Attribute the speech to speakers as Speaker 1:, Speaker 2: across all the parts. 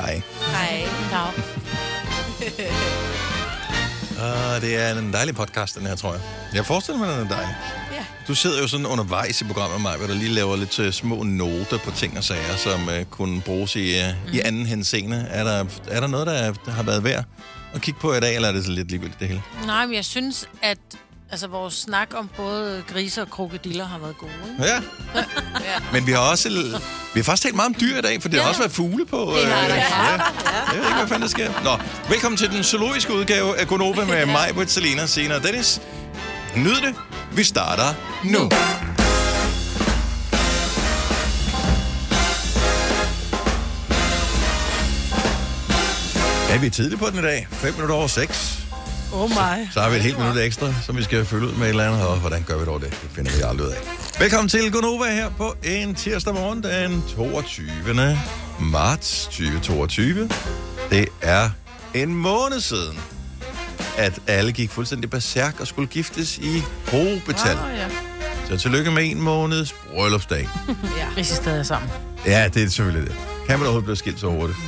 Speaker 1: Hej. Dag.
Speaker 2: Og Ah, det er en dejlig podcast, den her, tror jeg. Jeg forestiller mig, den er dejlig.
Speaker 1: Ja.
Speaker 2: Du sidder jo sådan undervejs i programmet, Maja, hvor der lige laver lidt øh, små noter på ting og sager, som øh, kunne bruges i, øh, mm. i anden henseende. Er der, er der noget, der, er- der har været værd at kigge på i dag, eller er det så lidt ligegyldigt det hele?
Speaker 3: Nej, men jeg synes, at altså, vores snak om både grise og krokodiller har været gode. Ikke?
Speaker 2: Ja. Men vi har også... Vi har faktisk talt meget om dyr i dag, for det har også været fugle på. øh,
Speaker 3: Det har der.
Speaker 2: ja. Jeg ved ikke, hvad fanden der sker. Nå, velkommen til den zoologiske udgave af Gonova med mig, Britt, Selina, Sina og Dennis. Nyd det. Vi starter nu. Ja, vi er tidligt på den i dag. 5 minutter over 6.
Speaker 3: Oh my.
Speaker 2: Så har vi et helt minut ekstra, som vi skal følge ud med et eller andet. Og hvordan gør vi dog det? Det finder vi aldrig ud af. Velkommen til Gonova her på en tirsdag morgen den 22. marts 2022. Det er en måned siden, at alle gik fuldstændig berserk og skulle giftes i hobetal.
Speaker 3: Åh, ja.
Speaker 2: Så tillykke med en måneds bryllupsdag.
Speaker 3: Hvis I stadig er sammen.
Speaker 2: Ja, det er selvfølgelig det. Kan man overhovedet blive skilt så hurtigt?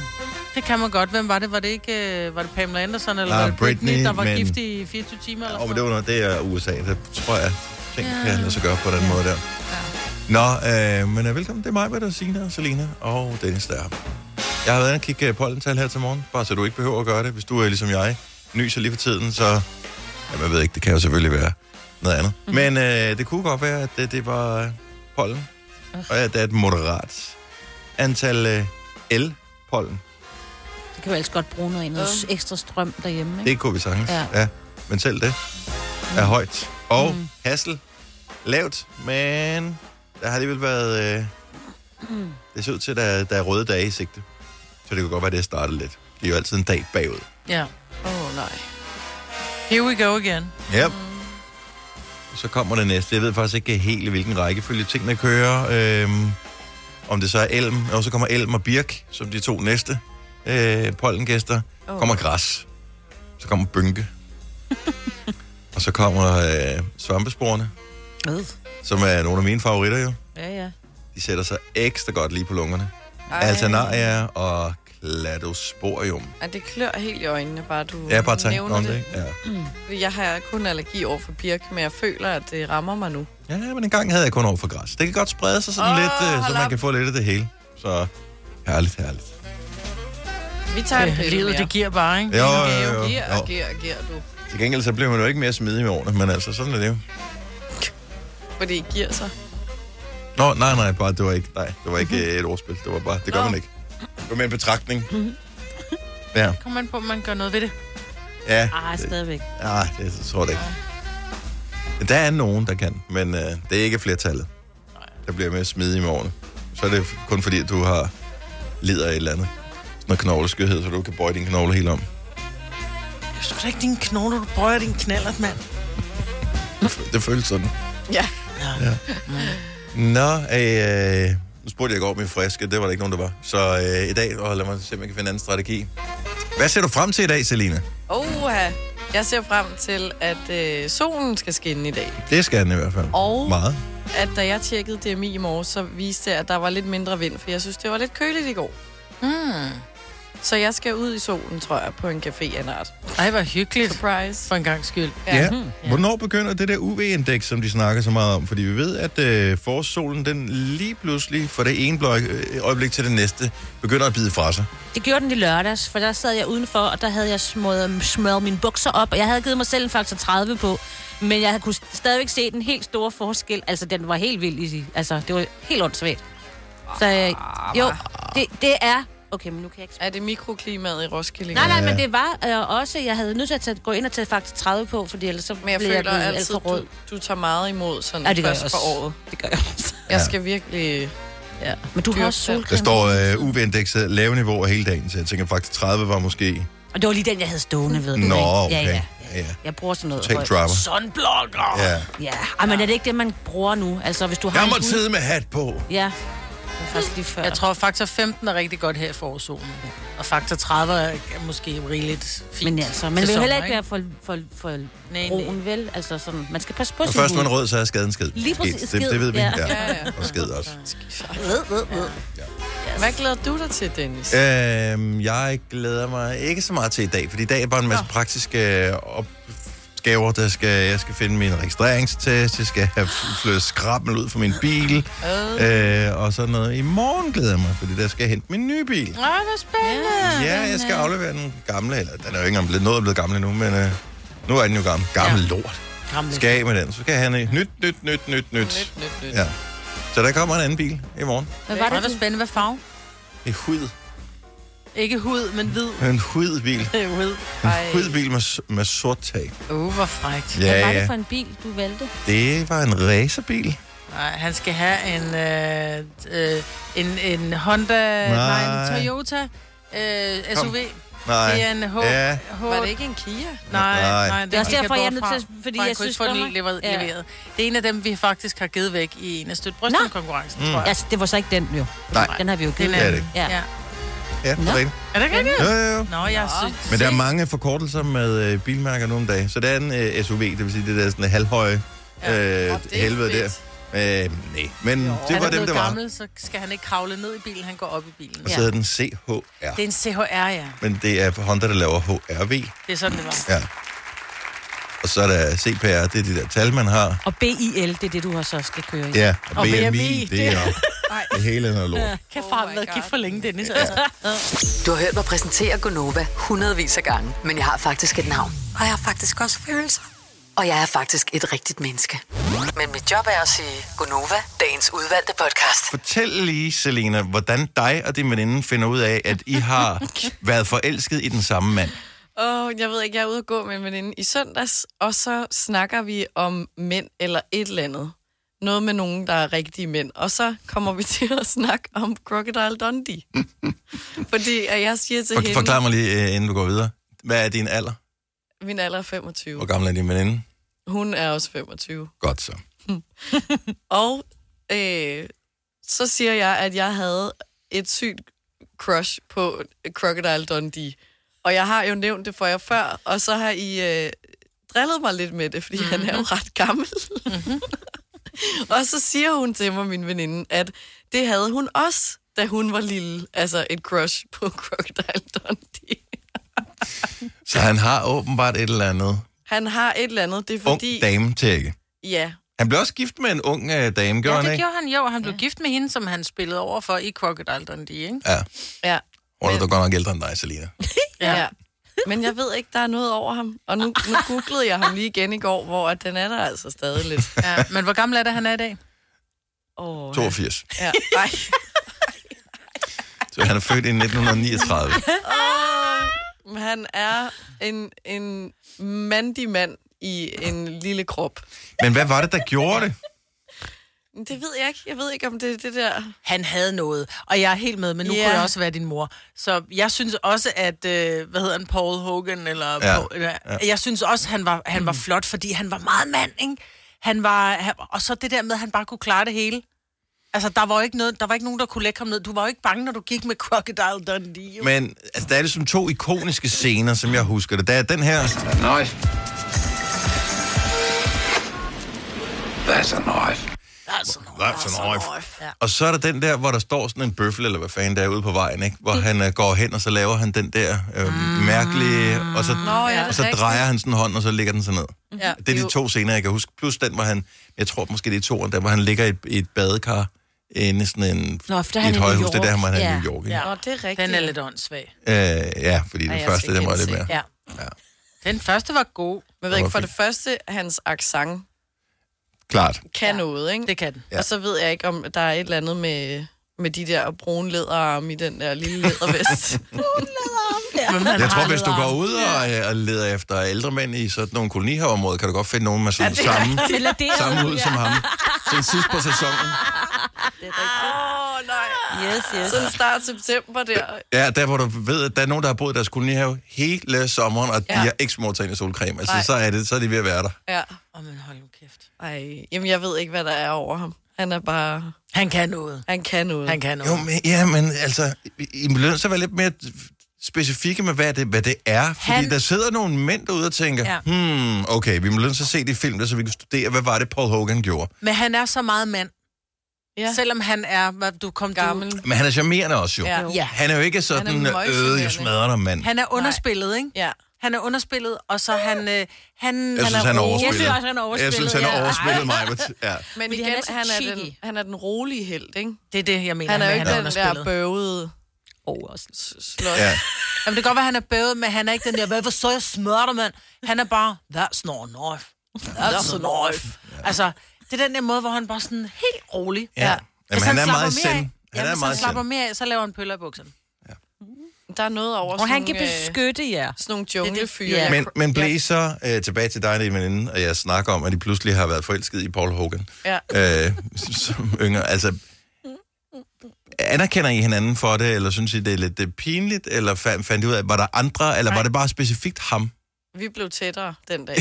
Speaker 3: Det kan man godt. Hvem var det? Var det ikke øh, var det Pamela Anderson, eller
Speaker 2: Ah,
Speaker 3: var det Britney,
Speaker 2: Britney,
Speaker 3: der var
Speaker 2: men-
Speaker 3: gift i 24 timer? Eller
Speaker 2: Åh,
Speaker 3: sådan
Speaker 2: men det var noget, det er USA, det tror jeg, ting ja. kan lade sig gøre på den måde der. Nå, øh, men øh, velkommen, det er mig, der Signe og Selina og Dennis der. er her. Jeg har været inde og kigge øh, pollental her til morgen, bare så du ikke behøver at gøre det. Hvis du er ligesom jeg, nyser lige for tiden, så... Jamen, jeg ved ikke, det kan jo selvfølgelig være noget andet. Mm. Men øh, det kunne godt være, at det, det var øh, pollen, og at der er et moderat antal øh, L-pollen.
Speaker 4: Det kan vi altså godt bruge noget, noget ekstra strøm derhjemme, ikke?
Speaker 2: Det kunne vi sagtens, ja.
Speaker 4: Ja.
Speaker 2: ja. Men selv det er højt. Og mm. hassel, lavt, men der har alligevel været... Øh, det ser ud til, at der, der er røde dage i sigte. Så det kunne godt være, det er startet lidt. Det er jo altid en dag bagud.
Speaker 3: noget? Ja. Åh, oh, nej. Here we go again.
Speaker 2: Ja. Mm. Så kommer det næste. Jeg ved faktisk ikke helt, i hvilken rækkefølge tingene kører. Øhm, om det så er elm, og så kommer elm og birk, som de to næste øh, pollengæster. Oh. Kommer græs. Så kommer bynke. og så kommer øh, svampesporene,
Speaker 4: Øh.
Speaker 2: som er nogle af mine favoritter jo.
Speaker 4: Ja, ja.
Speaker 2: De sætter sig ekstra godt lige på lungerne. Alternaria og kladosporium.
Speaker 1: Ej, det klør helt i øjnene, bare du
Speaker 2: Ja, bare tak
Speaker 1: nævner
Speaker 2: om det.
Speaker 1: det.
Speaker 2: ikke? Ja.
Speaker 1: det. Jeg har kun allergi over for birk, men jeg føler, at det rammer mig nu.
Speaker 2: Ja, men en gang havde jeg kun over for græs. Det kan godt sprede sig sådan
Speaker 1: Åh,
Speaker 2: oh, lidt, øh, så
Speaker 1: hold
Speaker 2: man
Speaker 1: op.
Speaker 2: kan få lidt af det hele. Så herligt, herligt.
Speaker 1: Vi tager en
Speaker 3: Det,
Speaker 1: pille
Speaker 3: livet,
Speaker 1: mere.
Speaker 3: det giver bare, ikke?
Speaker 2: Jo,
Speaker 1: Giver,
Speaker 2: jo, jo.
Speaker 1: Giver,
Speaker 2: jo.
Speaker 1: giver, giver, du.
Speaker 2: Til gengæld så bliver man jo ikke mere smidig med årene, men altså, sådan er det jo.
Speaker 1: Fordi I giver sig.
Speaker 2: Nå, nej, nej, bare, det var ikke, nej, det var
Speaker 1: Mhm.
Speaker 2: ikke øh, et ordspil. Det var bare, det gør
Speaker 3: Nå.
Speaker 2: man ikke. Det var mere en betragtning.
Speaker 1: Mhm.
Speaker 2: Ja,
Speaker 3: Kom man på, at man gør noget ved det.
Speaker 2: ja,
Speaker 4: Ej, stadigvæk.
Speaker 2: ja det tror jeg det ikke. Der er nogen, der kan, men øh, det er ikke flertallet, der bliver mere smidig med årene. Så er det kun fordi, at du har lider af et eller andet. Sådan noget knogleskørhed, så du kan bøje din knogle helt om.
Speaker 3: Det er sgu da ikke din knogle, du prøver din knallert, mand.
Speaker 2: Det føles sådan.
Speaker 1: Ja.
Speaker 2: Nå, øh, nu spurgte jeg i går om min friske, det var der ikke nogen, der var. Så øh, i dag, og lad mig se, om jeg kan finde en anden strategi. Hvad ser du frem til i dag, Selina?
Speaker 1: Oha. Jeg ser frem til, at øh, solen skal skinne i dag.
Speaker 2: Det skal den i hvert fald.
Speaker 1: Og-
Speaker 2: Meget.
Speaker 1: At da jeg tjekkede DMI i morges, så viste det, at der var lidt mindre vind, for jeg synes, det var lidt køligt i går. Mm.
Speaker 3: Hmm.
Speaker 1: Så jeg skal ud i solen, tror jeg, på en café af en art.
Speaker 3: Ej, hvor hyggeligt.
Speaker 1: Surprise.
Speaker 3: For en gang skyld.
Speaker 2: Ja. ja.
Speaker 4: Mhm,
Speaker 2: Hvornår begynder det der UV-indeks, som de snakker så meget om? Fordi vi ved, at øh, forårssolen, den lige pludselig fra det ene bløj, øh, øjeblik til det næste, begynder at bide fra sig.
Speaker 4: Det gjorde den i lørdags, for der sad jeg udenfor, og der havde jeg smået, smøret mine bukser op, og jeg havde givet mig selv en faktor 30 på. Men jeg kunne stadigvæk se den helt store forskel. Altså, den var helt vild i sig. Altså, det var helt åndssvagt. Så
Speaker 2: Ah,
Speaker 4: øh, jo, det, det er... Okay, men nu kan jeg ikke...
Speaker 1: Er det mikroklimaet i
Speaker 2: ah.
Speaker 1: Roskilde?
Speaker 4: Nej, nej, men det var øh, også... Jeg havde nødt til at tage, gå ind og tage faktor 30 på, fordi ellers så
Speaker 1: Men jeg
Speaker 4: blev
Speaker 1: føler
Speaker 4: jeg blevet alt
Speaker 1: altid,
Speaker 4: for rød.
Speaker 1: du, du tager meget imod sådan
Speaker 4: Ja, det gør jeg
Speaker 1: først
Speaker 4: også.
Speaker 1: for året.
Speaker 4: Det gør jeg også.
Speaker 1: Jeg skal virkelig...
Speaker 4: Ja. Men du har
Speaker 1: Dyrt
Speaker 4: også
Speaker 1: selv.
Speaker 4: solcreme.
Speaker 2: Der står øh, UV-indekset lave niveauer hele dagen, så jeg tænker faktisk 30 var måske...
Speaker 4: Og det var lige den, jeg havde stående ved.
Speaker 2: Nå,
Speaker 4: Ja,
Speaker 2: okay.
Speaker 4: ja.
Speaker 2: Ja, ja.
Speaker 4: Jeg bruger sådan noget.
Speaker 2: Take
Speaker 4: højt.
Speaker 2: drama.
Speaker 3: Sunblocker!
Speaker 2: ja.
Speaker 4: Ja. Ej, men er det ikke det, man bruger nu? Altså, hvis du har
Speaker 2: Jeg
Speaker 4: en
Speaker 2: må
Speaker 4: hud-
Speaker 2: sidde med hat på.
Speaker 4: Ja. Det var Først lige før.
Speaker 3: Jeg tror, faktor 15 er rigtig godt her i forårssolen. Og faktor 30 er måske rigeligt fint.
Speaker 4: men altså, man
Speaker 3: til
Speaker 4: vil heller
Speaker 3: sommer,
Speaker 4: ikke være for, for, for
Speaker 3: nej.
Speaker 4: brun, vel? Altså sådan, man skal passe på
Speaker 2: Og
Speaker 4: sin
Speaker 2: først
Speaker 4: hud.
Speaker 2: man rød, så er skaden skid.
Speaker 4: Lige præcis,
Speaker 2: Det, det ved vi.
Speaker 4: skid,
Speaker 2: Ja.
Speaker 4: ja.
Speaker 2: ja.
Speaker 1: ja.
Speaker 2: Og skid også.
Speaker 4: Ved, ved, ved.
Speaker 2: Ja.
Speaker 1: Men hvad glæder du dig til, Dennis? Ja.
Speaker 2: Øhm, jeg glæder mig ikke så meget til i dag, for i dag er bare en masse praktiske øh, opgaver, der skal, jeg skal finde min registreringstest, jeg skal have f- flyttet skrabbel ud fra min bil, øh, og sådan noget. I morgen glæder jeg mig, fordi der skal jeg hente min nye bil.
Speaker 1: Åh, hvor spændende.
Speaker 2: Ja, jeg skal
Speaker 3: øh,
Speaker 2: aflevere den gamle, eller den er jo ikke engang blevet, noget er blevet gammel endnu, men øh, nu er den jo gammel. Gammel ja. lort.
Speaker 3: Gamle.
Speaker 2: Skal jeg af med den, så skal jeg have en ny- nyt, nyt, nyt, nyt, nyt.
Speaker 1: Nyt, nyt, nyt.
Speaker 2: Ja. Så der kommer en anden bil i morgen.
Speaker 4: Hvad
Speaker 3: Var
Speaker 4: var
Speaker 3: det,
Speaker 4: det,
Speaker 3: var
Speaker 4: du
Speaker 3: spændende? Hvad farve?
Speaker 2: En hud.
Speaker 3: Ikke hud, men hvid.
Speaker 2: En hudbil.
Speaker 3: Det er jo hvid.
Speaker 2: En
Speaker 1: Ej.
Speaker 2: hudbil med, s- med sort tag.
Speaker 1: Uh, hvor frækt.
Speaker 4: Hvad var
Speaker 2: Ja,
Speaker 4: det
Speaker 2: ja.
Speaker 4: for en bil, du valgte?
Speaker 2: Det var en racerbil.
Speaker 3: Nej, han skal have en, øh, øh, en, en Honda, nej, nej en Toyota øh, SUV.
Speaker 2: Nej.
Speaker 3: Det er en H.
Speaker 2: Ja.
Speaker 3: H
Speaker 1: Var det ikke en Kia?
Speaker 3: Nej,
Speaker 2: Nej.
Speaker 3: nej, nej.
Speaker 4: Det er også
Speaker 3: gik
Speaker 4: derfor,
Speaker 3: bort
Speaker 4: jeg er nødt
Speaker 3: fra.
Speaker 4: til at- fordi
Speaker 3: Fra,
Speaker 4: jeg
Speaker 3: kunne
Speaker 4: synes,
Speaker 3: ikke få den
Speaker 4: godt nok-
Speaker 3: leveret,
Speaker 4: Ja.
Speaker 3: ja. leveret. Det er en af dem, vi faktisk har givet væk i en af stødt brystkonkurrencen, tror jeg.
Speaker 4: Altså, det var så ikke den jo.
Speaker 2: Nej.
Speaker 4: Den har vi jo
Speaker 3: Det
Speaker 4: givet.
Speaker 2: er Mm. det
Speaker 3: anden.
Speaker 4: Ja.
Speaker 3: ja.
Speaker 2: Ja, det er
Speaker 4: Nå.
Speaker 2: rigtigt.
Speaker 3: Er det ikke rigtigt?
Speaker 2: Jo, jo, jo.
Speaker 3: Nå, jeg synes...
Speaker 2: Men der er mange forkortelser med øh, bilmærker nu om dagen. Så der er en øh, SUV, det vil sige det der sådan halvhøje øh,
Speaker 1: Åh, det er
Speaker 2: helvede der.
Speaker 1: fedt.
Speaker 2: Øh, nej, men jo. det
Speaker 3: han
Speaker 2: var
Speaker 3: er
Speaker 2: dem,
Speaker 3: blevet
Speaker 2: der var.
Speaker 3: gammel, så skal han ikke kravle ned i bilen, han går op i bilen.
Speaker 2: Og
Speaker 3: Ja.
Speaker 2: så hedder den CHR.
Speaker 3: Det er en CHR, ja.
Speaker 2: Men det er Honda, der laver HRV.
Speaker 3: Det er sådan, det var.
Speaker 2: Ja. Og så er der CPR, det er de der tal, man har.
Speaker 4: Og BIL, det er det, du har så skal køre i.
Speaker 2: Ja, og,
Speaker 3: Og
Speaker 2: BMI,
Speaker 3: BMI,
Speaker 2: det er jo det hele noget lort.
Speaker 3: Kan
Speaker 1: Oh
Speaker 3: far
Speaker 1: my
Speaker 3: have været
Speaker 1: God.
Speaker 3: gift for længe, Dennis? Ja.
Speaker 5: Du har hørt mig præsentere Gonova hundredvis af gange, men jeg har faktisk et navn. Og jeg har faktisk også følelser. Og jeg er faktisk et rigtigt menneske. Men mit job er at sige Gonova, dagens udvalgte podcast.
Speaker 2: Fortæl lige, Selena, hvordan dig og din veninde finder ud af, at I har været forelsket i den samme mand.
Speaker 1: Åh, oh, jeg ved ikke, jeg er ude at gå med en veninde i søndags, og så snakker vi om mænd eller et eller andet. Noget med nogen, der er rigtige mænd. Og så kommer vi til at snakke om Crocodile Dundee. Fordi at jeg siger til
Speaker 2: For,
Speaker 1: hende,
Speaker 2: forklar mig lige, øh, inden du går videre. Hvad er din alder?
Speaker 1: min alder er 25.
Speaker 2: Hvor gammel er din veninde?
Speaker 1: Hun er også 25.
Speaker 2: Godt så.
Speaker 1: Og øh, så siger jeg, at jeg havde et sygt crush på Crocodile Dundee. Og jeg har jo nævnt det for jer før, og så har I øh, drillet mig lidt med det, fordi mm-hmm. han er jo ret gammel. og så siger hun til mig, min veninde, at det havde hun også, da hun var lille. Altså et crush på Crocodile Dundee.
Speaker 2: Så han har åbenbart et eller andet
Speaker 1: Han har et eller andet, det er
Speaker 2: ung
Speaker 1: fordi...
Speaker 2: dame tække.
Speaker 1: Ja,
Speaker 2: Han blev også gift med en ung øh, dame,
Speaker 3: ja,
Speaker 2: gjorde han
Speaker 3: det
Speaker 2: ikke?
Speaker 3: gjorde han jo, og han blev gift med hende, som han spillede over for i Crocodile Dundee, ikke?
Speaker 2: Ja.
Speaker 1: ja,
Speaker 2: Hun er da godt nok ældre end dig, Selina.
Speaker 1: Ja. ja. Men jeg ved ikke, der er noget over ham. Og nu, nu googlede jeg ham lige igen i går, hvor at den er der altså stadig lidt.
Speaker 3: ja. Men hvor gammel er det, han er i dag?
Speaker 1: Oh,
Speaker 2: 82.
Speaker 1: ja. Ej.
Speaker 2: Så han er født i 1939.
Speaker 1: Men Han er en, en mandig mand i en lille krop.
Speaker 2: Men hvad var det, der gjorde det?
Speaker 1: Men Det ved jeg ikke. Jeg ved ikke, om det er det der...
Speaker 3: Han havde noget, og jeg er helt med, men nu
Speaker 1: Ja.
Speaker 3: yeah. kunne jeg også være din mor. Så jeg synes også, at, øh, hvad hedder han, Paul Hogan, eller...
Speaker 2: Ja. Mm.
Speaker 3: Ja. Paul, eller ja. Jeg synes også, han var, han var flot, fordi han var meget mand, ikke? Han var, han, og så det der med, at han bare kunne klare det hele. Altså, der var jo ikke, noget, der var ikke nogen, der kunne lægge ham ned. Du var jo ikke bange, når du gik med Crocodile Dundee. jo.
Speaker 2: Men altså, der er ligesom to ikoniske scener, som jeg husker det. Der er den her,
Speaker 6: Knife. That's a knife.
Speaker 3: Altså, no.
Speaker 2: That's an oif.
Speaker 3: Ja.
Speaker 2: Og så er der den der, hvor der står sådan en bøffel, eller hvad fanden der er ude på vejen, ikke?
Speaker 1: Mm.
Speaker 2: hvor han øh, går hen, og så laver han den der øh, mærkelige, og så,
Speaker 1: ja, det er
Speaker 2: og så
Speaker 1: rigtigt.
Speaker 2: drejer han sådan hånden, og så ligger den så ned.
Speaker 7: Mhm.
Speaker 1: Ja,
Speaker 2: Det er de to scener, jeg kan huske. Plus den, hvor han, jeg tror måske det er toeren, der hvor han ligger i et, i et badekar inde i sådan en,
Speaker 4: Nå, for der er
Speaker 2: i
Speaker 4: han
Speaker 2: et
Speaker 4: i New
Speaker 2: højhus. Det er der,
Speaker 4: York.
Speaker 2: man er i
Speaker 4: Ja.
Speaker 2: New York. Ikke?
Speaker 3: Ja.
Speaker 1: Nå, det er rigtigt.
Speaker 3: Den er lidt åndssvag.
Speaker 2: Ja. Øh, ja, fordi
Speaker 1: Ej,
Speaker 2: det
Speaker 1: jeg
Speaker 2: første,
Speaker 1: skal
Speaker 2: den var lidt
Speaker 1: gense.
Speaker 2: mere.
Speaker 3: Ja.
Speaker 2: Ja.
Speaker 3: Den første var god.
Speaker 1: Man ved ikke, for
Speaker 2: Det var
Speaker 1: det første, hans accent
Speaker 2: Klart.
Speaker 1: kan ja. noget, ikke?
Speaker 3: Det kan den.
Speaker 1: Ja. Og så ved jeg ikke, om der er et eller andet med, med de der brune læderarme i den der lille lædervest.
Speaker 3: Men han
Speaker 2: Jeg tror,
Speaker 3: har
Speaker 2: hvis du
Speaker 3: lidt
Speaker 2: går
Speaker 3: arm.
Speaker 2: ud og, øh, og leder efter ældre mænd i sådan nogle kolonihavområder, kan du godt finde nogen med sådan samme,
Speaker 4: Eller det er
Speaker 2: samme ud som ham. Sådan sidst på sæsonen.
Speaker 1: Åh, oh, nej.
Speaker 4: Yes, yes.
Speaker 1: Sådan start september der.
Speaker 2: Ja, der hvor du ved, at der er nogen, der har boet i deres kolonihave hele sommeren, og ja.
Speaker 1: Ja.
Speaker 2: de har ikke smurt sig ind i solcreme. Altså,
Speaker 1: Nej.
Speaker 2: så er, det, så er de ved at være der.
Speaker 1: Ja.
Speaker 3: Åh, men hold nu kæft.
Speaker 1: Ej, jamen jeg ved ikke, hvad der er over ham. Han er bare...
Speaker 3: Han kan noget.
Speaker 1: Han kan noget.
Speaker 3: Han kan noget.
Speaker 2: Jo, men, ja, men altså, I- I bliver nødt til at være lidt mere specifikke med, hvad det, hvad det er. Fordi
Speaker 3: Han-
Speaker 2: der sidder nogle mænd derude og tænker, ja.
Speaker 3: Ja.
Speaker 2: hmm, okay, vi bliver nødt til at se de film der, så vi kan studere, hvad var det, Paul Hogan gjorde.
Speaker 3: Men han er så meget mand.
Speaker 1: Ja.
Speaker 3: Selvom han er, hvad du kom
Speaker 1: Gammel.
Speaker 3: Du,
Speaker 2: Men han er charmerende også jo.
Speaker 1: Ja.
Speaker 3: Ja.
Speaker 2: Han er jo ikke sådan,
Speaker 1: Han er møgcharmerende.
Speaker 2: øh, jeg smadrer dig, mand.
Speaker 3: han er underspillet, ikke?
Speaker 1: Ja.
Speaker 3: Han er underspillet, og så er han, øh, han,
Speaker 2: Jeg synes, han er
Speaker 3: rolig.
Speaker 2: overspillet.
Speaker 4: Jeg synes også, han er overspillet,
Speaker 2: Jeg synes, han er
Speaker 4: ja.
Speaker 2: overspillet, Majbert. Ja.
Speaker 1: Men
Speaker 4: Fordi
Speaker 1: igen,
Speaker 4: han
Speaker 1: han
Speaker 4: er
Speaker 1: er,
Speaker 4: så
Speaker 1: han, er
Speaker 4: cheeky.
Speaker 1: den, han er den rolige held, ikke?
Speaker 3: Det er det, jeg mener.
Speaker 1: Han er jo
Speaker 3: med,
Speaker 1: ikke
Speaker 3: han
Speaker 1: den der bøvede
Speaker 4: Oh, også.
Speaker 1: slot.
Speaker 2: ja.
Speaker 1: Ja.
Speaker 3: Jamen, det kan godt være, han er bøvet, men han er ikke den der, hvorfor så jeg smørter, mand? Han er bare, that's not a knife. That's a knife. Altså, det er den der måde, hvor han bare sådan helt rolig.
Speaker 2: Ja. Jamen,
Speaker 3: Hvis
Speaker 2: han er
Speaker 3: slapper
Speaker 2: meget
Speaker 3: mere af-
Speaker 2: zen. Han
Speaker 3: Ja,
Speaker 2: er
Speaker 3: hvis
Speaker 2: meget
Speaker 3: han slapper
Speaker 2: zen.
Speaker 3: mere af, så laver han pøller i bukserne.
Speaker 1: Der er noget over
Speaker 4: Og
Speaker 1: sådan,
Speaker 4: han kan
Speaker 1: nogle, øh,
Speaker 4: beskytte jer.
Speaker 1: sådan nogle junglefyre.
Speaker 4: Ja.
Speaker 1: Ja.
Speaker 2: Men, men blev I så øh, tilbage til dig, din veninde, og jeg snakker om, at de pludselig har været forelsket i Paul Hogan,
Speaker 1: Ja.
Speaker 2: øh, som yngre. Altså, anerkender I hinanden for det, eller synes I, det er lidt øh, pinligt, eller fandt, fandt I ud af, var der andre, eller var det bare specifikt ham?
Speaker 1: Vi blev tættere den dag.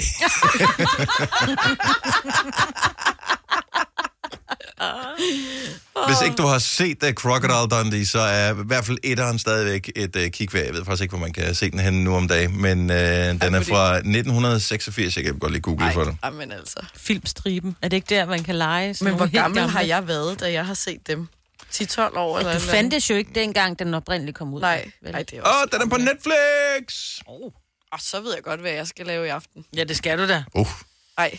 Speaker 2: Hvis ikke du har set uh, Crocodile Dundee, så er i hvert fald etteren stadigvæk et uh, kig værd. Jeg ved faktisk ikke, hvor man kan se den henne nu om dagen, men uh, den er
Speaker 1: fordi-
Speaker 2: fra 1986. Jeg kan godt lige google for dig.
Speaker 1: Ej, men altså.
Speaker 4: Filmstriben. Er det ikke der, man kan lege? sådan
Speaker 1: Men
Speaker 4: nogle
Speaker 1: hvor
Speaker 4: helt
Speaker 1: gammel
Speaker 4: gamle?
Speaker 1: har jeg været, da jeg har set dem? 10-12 år eller
Speaker 4: Du
Speaker 1: eller
Speaker 4: fandtes jo ikke dengang, den oprindeligt kom ud.
Speaker 1: Nej,
Speaker 4: vel?
Speaker 1: Ej, det er
Speaker 2: Åh, oh,
Speaker 1: også...
Speaker 2: den er på Netflix!
Speaker 1: Og så ved jeg godt, hvad jeg skal lave i aften.
Speaker 3: Ja, det skal du da.
Speaker 2: Uh,
Speaker 1: Ej,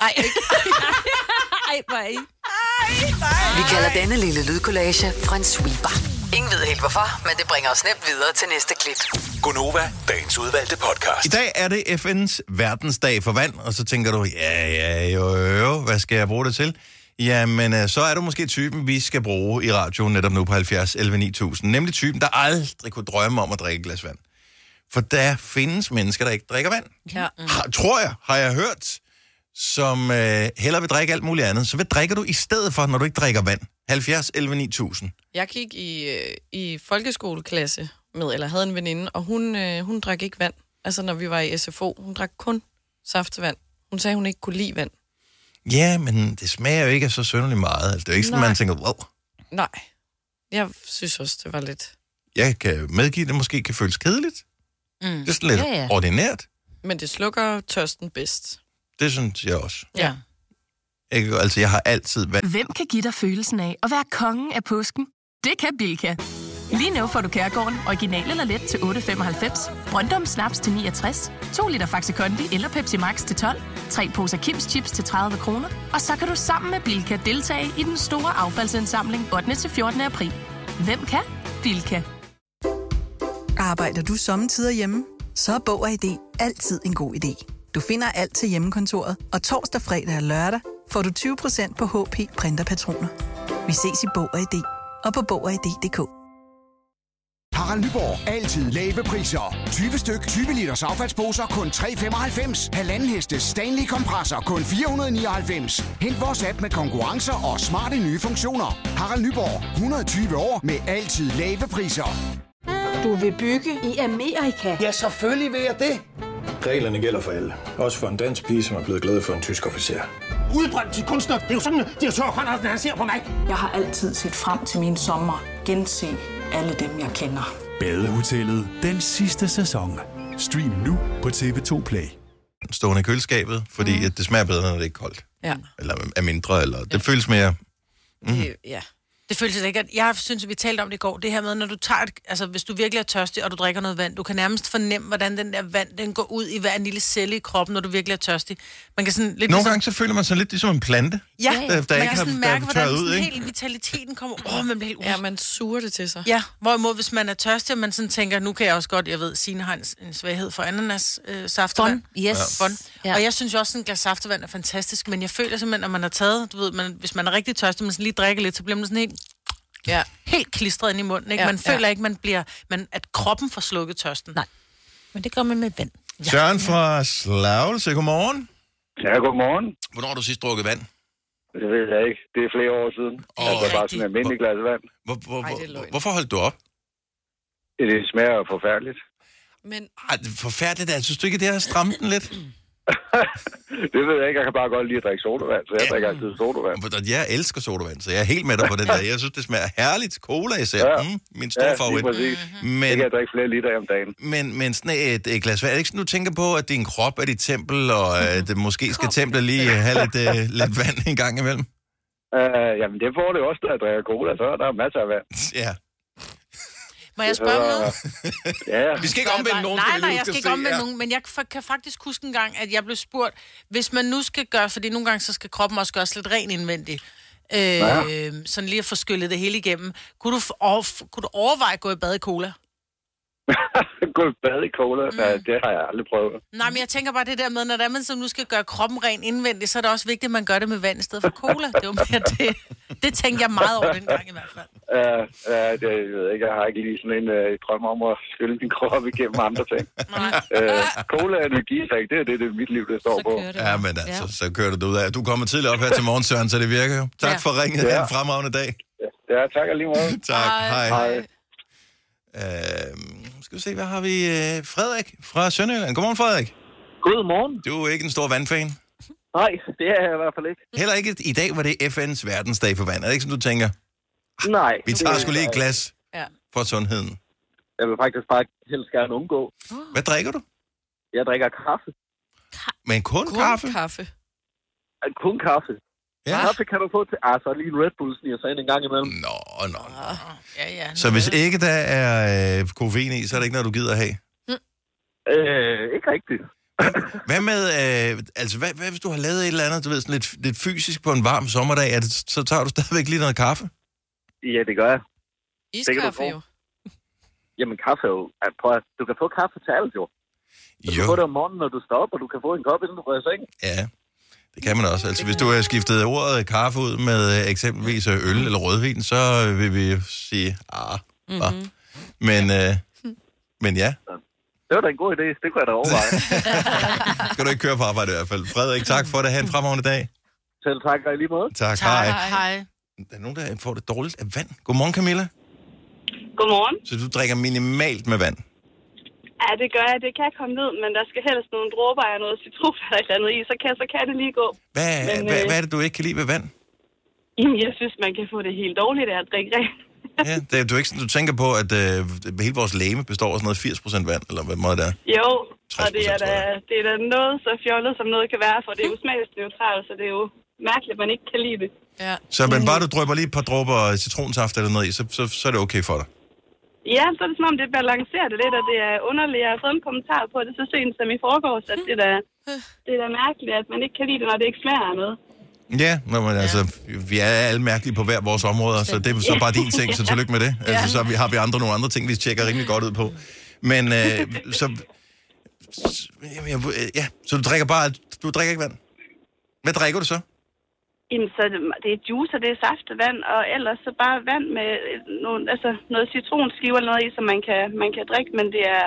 Speaker 3: Ej,
Speaker 4: Ej, hvor er I?
Speaker 5: Vi kalder denne lille lydkollage en sweeper. Ingen ved helt hvorfor, men det bringer os nemt videre til næste klip.
Speaker 8: Gunova, dagens udvalgte podcast.
Speaker 2: I dag er det FN's verdensdag for vand, og så tænker du, ja, ja, jo, jo, jo, hvad skal jeg bruge det til? Jamen, øh, så er du måske typen, vi skal bruge i radioen netop nu på 70 11 9000. Nemlig typen, der aldrig kunne drømme om at drikke et glas vand. For der findes mennesker, der ikke drikker vand.
Speaker 1: ja.
Speaker 2: har, tror jeg, har jeg hørt, som øh, hellere vil drikke alt muligt andet. Så hvad drikker du i stedet for, når du ikke drikker vand? 70, 11, 9000.
Speaker 1: Jeg gik i, øh, i folkeskoleklasse med, eller havde en veninde, og hun, øh, hun drak ikke vand. Altså, når vi var i SFO, hun drak kun saftevand. Hun sagde, hun ikke kunne lide vand.
Speaker 2: Ja, men det smager jo ikke af så sønderlig meget. Altså, det er jo ikke sådan,
Speaker 1: Nej.
Speaker 2: man tænker, wow,
Speaker 1: Nej. Jeg synes også, det var lidt...
Speaker 2: jeg kan medgive, at det måske kan føles kedeligt. Mm. Det er sådan lidt
Speaker 4: Ja,
Speaker 2: ja,
Speaker 4: ja.
Speaker 2: ja. ordinært.
Speaker 1: Men det slukker tørsten bedst.
Speaker 2: Det synes jeg også.
Speaker 1: Ja.
Speaker 2: Ikke? Altså, jeg har altid vand.
Speaker 9: Hvem kan give dig følelsen af at være kongen af påsken? Det kan Bilka! Lige nu får du Kærgården original eller let til 8.95, Brøndum Snaps til 69, 2 liter Faxi Kondi eller Pepsi Max til 12, 3 poser Kims Chips til 30 kroner, og så kan du sammen med Bilka deltage i den store affaldsindsamling 8. til 14. april. Hvem kan? Bilka.
Speaker 10: Arbejder du sommetider hjemme? Så er Bog og ID altid en god idé. Du finder alt til hjemmekontoret, og torsdag, fredag og lørdag får du 20% på HP Printerpatroner. Vi ses i Bog og ID og på Bog og ID.dk.
Speaker 11: Harald Nyborg. Altid lave priser. 20 styk, 20 liters affaldsposer kun 3,95. Halvanden heste Stanley kompresser kun 499. Hent vores app med konkurrencer og smarte nye funktioner. Harald Nyborg. 120 år med altid lave priser.
Speaker 12: Du vil bygge i Amerika?
Speaker 11: Ja, selvfølgelig vil jeg det.
Speaker 8: Reglerne gælder for alle. Også for en dansk pige, som er blevet glad for en tysk officer.
Speaker 11: Udbrøndt til kunstner. Det er jo sådan, at de har tørt, han ser på mig.
Speaker 12: Jeg har altid set frem til min sommer. Gense alle dem, jeg kender.
Speaker 8: Badehotellet. Den sidste sæson. Stream nu på TV2 Play.
Speaker 2: stående i køleskabet, fordi mm. at det smager bedre, når det ikke er koldt.
Speaker 1: Ja.
Speaker 3: Mm.
Speaker 2: Eller er mindre, eller det føles mere... Mm.
Speaker 1: Det, ja.
Speaker 3: det føles ikke. Jeg synes, at vi talte om det i går. Det her med, når du tager et, altså, hvis du virkelig er tørstig, og du drikker noget vand, du kan nærmest fornemme, hvordan den der vand, den går ud i hver en lille celle i kroppen, når du virkelig er tørstig. Man kan sådan lidt
Speaker 2: Nogle gange så føler man sig lidt ligesom en plante.
Speaker 3: ligesom- Ja,
Speaker 2: der
Speaker 3: man
Speaker 2: ikke
Speaker 3: kan
Speaker 2: har-
Speaker 3: sådan
Speaker 2: der er
Speaker 3: mærke, hvordan
Speaker 2: tørret ud,
Speaker 3: sådan
Speaker 2: ikke?
Speaker 3: helt vitaliteten kommer. Åh, oh, man bliver helt
Speaker 1: ja,
Speaker 3: ja.
Speaker 1: man suger det til sig.
Speaker 3: ja, hvorimod hvis man er tørstig, og man sådan tænker, nu kan jeg også godt, jeg ved, Signe har en, en svaghed for ananas øh, saftevand.
Speaker 4: Fun. Yes. Ja.
Speaker 3: Fun. Ja. Og jeg synes jo også, sådan en glas saftevand er fantastisk, men jeg føler simpelthen, at man har taget, du ved, man, hvis man er rigtig tørstig, man sådan lige drikker lidt, så bliver man sådan helt,
Speaker 1: Ja.
Speaker 3: helt klistret ind i munden. Ikke?
Speaker 1: Ja,
Speaker 3: Man
Speaker 1: ja.
Speaker 3: føler ikke, man bliver, man, at kroppen får slukket tørsten.
Speaker 4: Nej. Men det gør man med vand.
Speaker 2: Søren fra Slagelse, godmorgen.
Speaker 13: Ja, godmorgen.
Speaker 2: Hvornår har du sidst drukket vand?
Speaker 13: Det ved jeg ikke. Det er flere år siden.
Speaker 2: Åh,
Speaker 13: Oh, altså bare sådan en almindelig glas vand.
Speaker 2: Hvor, hvor,
Speaker 1: Ej,
Speaker 2: hvor,
Speaker 1: det er løgn.
Speaker 2: hvorfor holdt du op?
Speaker 13: Det smager jo forfærdeligt.
Speaker 1: Men
Speaker 2: Ej, det er forfærdeligt. Jeg synes du ikke, det har strammet den lidt?
Speaker 13: Det ved jeg ikke. Jeg kan bare godt lide at drikke sodavand, så jeg
Speaker 2: Ja.
Speaker 13: drikker altid sodavand.
Speaker 2: Jeg elsker sodavand, så jeg er helt med dig på den der. Jeg synes, det smager herligt. Cola især. Ja.
Speaker 13: Ja.
Speaker 2: Mm, min
Speaker 13: Ja,
Speaker 2: store ja,
Speaker 13: lige
Speaker 2: favorit.
Speaker 13: præcis. Det
Speaker 2: Men,
Speaker 13: kan jeg drikke flere liter om dagen.
Speaker 2: men, men sådan et, et glas vand. Er det ikke sådan, du tænker på, at din krop er dit tempel, og at måske skal templet lige have lidt, øh, lidt vand en gang imellem?
Speaker 14: Øh, jamen, det får det også, når jeg drikker cola, så er der er masser af vand.
Speaker 2: Ja.
Speaker 3: Må jeg spørge om noget?
Speaker 14: ja.
Speaker 2: Øh, Vi skal ikke omvende nogen.
Speaker 3: Nej,
Speaker 2: skal vi
Speaker 3: nej,
Speaker 2: lige
Speaker 3: jeg skal
Speaker 2: huske at
Speaker 3: ikke
Speaker 2: sige.
Speaker 3: omvende
Speaker 2: Ja.
Speaker 3: nogen, men jeg fa- kan faktisk huske en gang, at jeg blev spurgt, hvis man nu skal gøre, fordi nogle gange så skal kroppen også gøres lidt ren indvendig, øh,
Speaker 14: Ja.
Speaker 3: sådan lige at få skyllet det hele igennem, kunne du, f- over, f- kunne du overveje at gå i bad i cola?
Speaker 14: Gå i bad i cola, mm. ja, det har jeg aldrig prøvet.
Speaker 3: Nej, men jeg tænker bare det der med, når det er, man så nu skal gøre kroppen ren indvendigt, så er det også vigtigt, at man gør det med vand i stedet for cola. Det var mere det. Det tænkte jeg meget over dengang i hvert fald.
Speaker 14: Øh, øh, det, jeg ved ikke, jeg har ikke lige sådan en øh, drøm om at skylle min krop igennem andre ting. øh, cola og energidrik, det er det, det er mit liv, det står på.
Speaker 2: Ja, men altså, ja. så kører du det ud af. Du kommer tidligt op her til morgen, Søren, så det virker jo. Tak
Speaker 14: Ja.
Speaker 2: ja. for ringet. Ja.
Speaker 14: Ja.
Speaker 2: Ha' en fremragende dag.
Speaker 14: Ja, tak alligevel.
Speaker 2: tak, hej.
Speaker 14: Hej.
Speaker 2: Øh, skal vi se, hvad har vi? Øh, Frederik fra Sønderjylland. Godmorgen, Frederik.
Speaker 15: Godmorgen.
Speaker 2: Du er ikke en stor vandfan.
Speaker 15: Nej, det er jeg i hvert fald ikke.
Speaker 2: Heller ikke i dag, hvor det er FN's verdensdag for vand. Er det ikke, som du tænker?
Speaker 15: Nej.
Speaker 2: Vi tager
Speaker 15: det-
Speaker 2: sgu lige et glas
Speaker 3: Ja.
Speaker 2: for sundheden.
Speaker 15: Jeg vil faktisk bare helst gerne undgå.
Speaker 2: Hvad drikker du?
Speaker 15: Jeg drikker kaffe.
Speaker 2: Men kun, kun kaffe?
Speaker 1: kaffe.
Speaker 15: Øh, Kun kaffe.
Speaker 2: Ja.
Speaker 15: Kaffe kan du få til... Ah, så lige en Red Bull sniger sig ind en gang imellem.
Speaker 2: Nå, nå.
Speaker 3: Ja, ja.
Speaker 2: Så hvis ikke der er øh, koffein i, så er det ikke noget, du gider at have?
Speaker 15: Øh, ikke rigtigt.
Speaker 2: Hvad med, øh, altså hvad, hvad hvis du har lavet et eller andet, du ved, sådan lidt, lidt fysisk på en varm sommerdag, er det, så tager du stadigvæk lige noget kaffe?
Speaker 15: Ja, det gør jeg. Det kan du
Speaker 1: Iskaffe
Speaker 15: få.
Speaker 1: jo.
Speaker 15: Jamen, kaffe er jo... ah, Prøv at, du kan få kaffe til alt, jo. Du
Speaker 2: Jo.
Speaker 15: kan få det om morgenen, når du står op, og du kan få en kop, inden du går i seng.
Speaker 2: Ja, det kan man også. Altså hvis du har skiftet ordet kaffe ud med øh, eksempelvis øh, øl eller rødvin, så øh, vil vi jo sige, ah, mm-hmm. men, øh, men ja,
Speaker 15: Det var da en god idé. Det kunne jeg da overveje.
Speaker 2: skal du ikke køre på arbejde i hvert fald. Frederik, tak for det. Ha' en fremragende dag.
Speaker 15: Selv tak, og i lige måde.
Speaker 2: Tak, tak hej. Der er nogen, der får det dårligt af vand. Godmorgen, Camilla.
Speaker 16: Godmorgen.
Speaker 2: Så du drikker minimalt med vand.
Speaker 16: Ja, det gør jeg. Det kan komme ned, men der skal helst nogle dråber af noget citron eller et eller andet i, så kan, så kan det lige gå.
Speaker 2: Hvad,
Speaker 16: Men,
Speaker 2: men, hvad,
Speaker 16: øh,
Speaker 2: hvad er det, du ikke kan lide ved vand?
Speaker 16: Jamen, jeg synes, man kan få det helt dårligt af at drikke rent.
Speaker 2: Ja, det, er- du, er ikke, sådan- du tænker på, at øh, hele vores læme består af sådan noget 80% vand, eller hvad meget det er.
Speaker 16: Jo, og det er, da, det er da noget så fjollet, som noget kan være, for det er jo smagsneutralt, så det er jo mærkeligt, at man ikke kan lide det.
Speaker 1: Ja,
Speaker 2: Så men bare du drøber lige et par dråber citronsaft eller noget i, så, så, så er det okay for dig.
Speaker 16: ja så er det som om, det balancerer det lidt, og det er underligt. Jeg har fået en kommentar på det så sent som i forgårs, at det er da, det er da mærkeligt, at man ikke kan lide det, når det ikke smager af noget.
Speaker 2: Ja, nå, men altså, vi er alle mærkelige på hver vores områder, så det er så bare din ting, så tillykke med det. Altså, så har vi- har vi andre nogle andre ting, vi tjekker rimelig godt ud på. Men øh, så... s- Jamen, jeg, øh, ja, så du drikker bare... Du drikker ikke vand. Hvad drikker du så?
Speaker 16: Jamen, så er det, det er juice, og det er saftevand, og ellers så bare vand med øh, nogle, altså noget citronskiver eller noget i, som man kan, man kan drikke, men det er,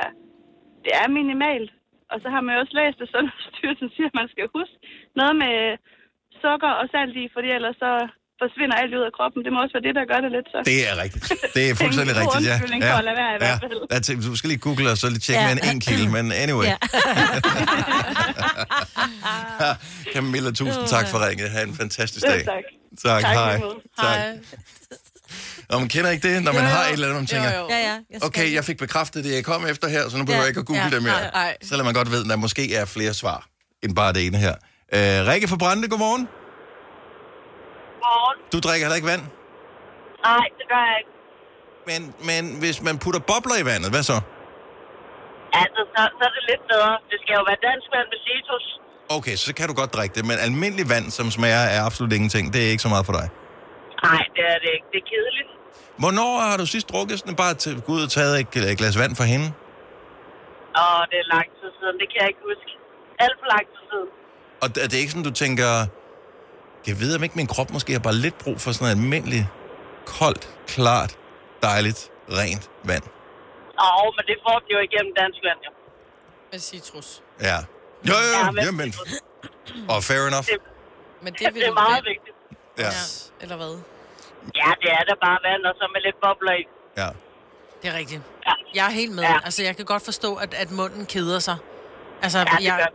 Speaker 16: det er minimalt. Og så har man jo også læst, at Sundhedsstyrelsen siger, at man skal huske noget med sukker og salt i, fordi ellers så forsvinder alt ud af kroppen. Det må også være det, der gør det lidt så.
Speaker 2: Det er rigtigt. Det er fuldstændig
Speaker 16: En god
Speaker 2: rigtigt, ja.
Speaker 16: undskyldning for at lade være i hvert fald.
Speaker 2: ja. Der er ting- Du skal lige google og så lige tjekke
Speaker 16: Ja.
Speaker 2: med en enkilde, men anyway.
Speaker 16: Ja.
Speaker 2: Camilla, tusind tak for ringet. Ha' en fantastisk dag.
Speaker 16: tak.
Speaker 2: Tak,
Speaker 4: Tak,
Speaker 2: hej.
Speaker 4: lige måde.
Speaker 2: Tak. Og man kender ikke det, når man
Speaker 4: Jo, jo.
Speaker 2: har et eller andet, man tænker,
Speaker 4: Jo, jo. Ja, ja, jeg skal
Speaker 2: okay, jeg fik bekræftet det, jeg kom efter her, så nu
Speaker 4: Ja,
Speaker 2: behøver jeg ikke at google
Speaker 4: ja,
Speaker 2: det
Speaker 4: nej, nej.
Speaker 2: mere. Selvom man godt ved, at der måske er flere svar, end bare det ene her. Øh, Rikke fra Brande, godmorgen.
Speaker 16: Morgen.
Speaker 2: Du drikker heller ikke vand,
Speaker 16: Nej, det gør jeg ikke.
Speaker 2: men, men hvis man putter bobler i vandet, hvad så?
Speaker 7: Altså, så, så er det lidt bedre. Det skal jo være dansk vand med citrus.
Speaker 2: Okay, så kan du godt drikke det, men almindelig vand, som smager af absolut ingenting, det er ikke så meget for dig.
Speaker 7: Nej, det er det ikke. Det er kedeligt.
Speaker 2: Hvornår har du sidst drukket sådan bare til Gud og taget et gl- glas vand fra hende?
Speaker 7: Og det er lang tid siden. Det kan jeg ikke huske. Alt for lang tid siden.
Speaker 2: Og er det ikke sådan, du tænker, jeg ved om ikke min krop måske har bare lidt brug for sådan noget almindeligt, koldt, klart, dejligt, rent vand?
Speaker 7: Åh, men det får vi jo igennem dansk vand, jo.
Speaker 1: Med citrus.
Speaker 2: Ja. Jo, jo,
Speaker 7: Ja,
Speaker 2: jo.
Speaker 7: men-
Speaker 2: Jamen, og fair enough.
Speaker 1: Men det, vil
Speaker 7: det
Speaker 1: jo
Speaker 7: er meget
Speaker 1: vand,
Speaker 7: vigtigt.
Speaker 2: Ja.
Speaker 1: Eller hvad?
Speaker 7: Ja, det er da bare vand, og så med lidt bobler i.
Speaker 3: Det er rigtigt. Jeg er helt med. Altså, jeg kan godt forstå, at, at munden keder sig. Altså,
Speaker 7: Ja, det
Speaker 3: jeg,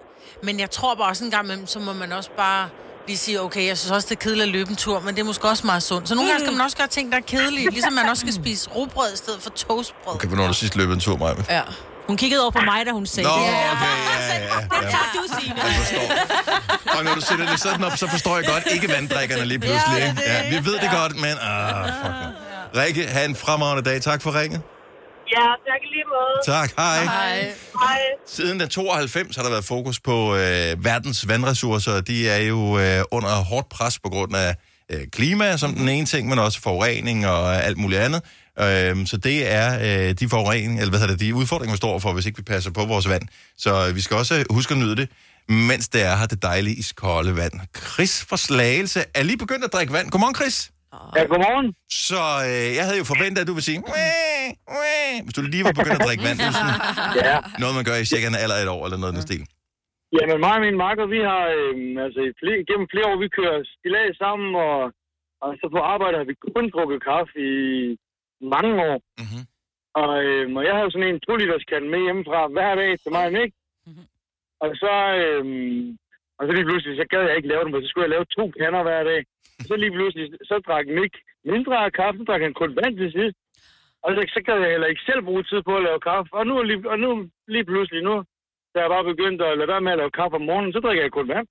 Speaker 3: men jeg tror bare også en gang imellem, så må man også bare lige sige, okay, jeg synes også, det er kedeligt at løbe en tur, men det er måske også meget sundt. Så nogle gange skal man også gøre ting, der er kedelige, ligesom man også skal spise robrød i stedet for toastbrød.
Speaker 2: Okay, hvornår har du sidst løbet en tur, Maja?
Speaker 1: Ja.
Speaker 4: Hun kiggede over på mig, da hun sagde
Speaker 2: Nå,
Speaker 4: det.
Speaker 2: okay, ja, ja, ja. ja.
Speaker 4: Du, Signe.
Speaker 2: Og når du sætter det sådan op, så forstår jeg godt ikke vanddrikkerne lige pludselig.
Speaker 4: Ja, det er
Speaker 2: ikke?
Speaker 4: det,
Speaker 2: Ja, vi ved det godt, men... Ah, fuck. Ja. Rikke, have en fremragende dag. Tak for ringet.
Speaker 7: Ja, tak i lige måde.
Speaker 2: Tak, hej.
Speaker 7: Hej. Hej.
Speaker 2: Siden den 92 har der været fokus på øh, verdens vandressourcer, og de er jo øh, under hårdt pres på grund af øh, klima som den ene ting, men også forurening og alt muligt andet. Øh, så det er øh, de forurening, eller hvad hedder det, de udfordringer, vi står overfor, hvis ikke vi passer på vores vand. Så øh, vi skal også øh, huske at nyde det, mens det er her det dejlige iskolde vand. Chris fra Slagelse er lige begyndt at drikke vand. Godmorgen, Chris.
Speaker 13: Ja, godmorgen.
Speaker 2: Så øh, jeg havde jo forventet, at du ville sige, "Mæh, mæh," hvis du lige var begyndt at drikke vand. Det er jo sådan,
Speaker 13: Ja.
Speaker 2: noget, man gør i cirka en alder af et år, eller noget i den stil.
Speaker 13: Jamen mig og min makker, vi har øhm, altså, i flere, gennem flere år, vi kører stilag sammen, og, og så på arbejde har vi kun drukket kaffe i mange år.
Speaker 2: Mm-hmm.
Speaker 13: Og, øhm, og jeg har jo sådan en 2 liters kan med hjemmefra hver dag til mig, ikke? Mm-hmm. Og så, øhm, og så lige pludselig, så gad jeg ikke lave dem, for så skulle jeg lave to kander hver dag. Og så lige pludselig, så drak den ikke mindre af kaffe, drak han kun vand til sidst. Og så, så gad jeg heller ikke selv bruge tid på at lave kaffe. Og nu, er lige, og nu lige pludselig, nu, da jeg bare begyndte at lade være med at lave kaffe om morgenen, så drikker jeg kun vand.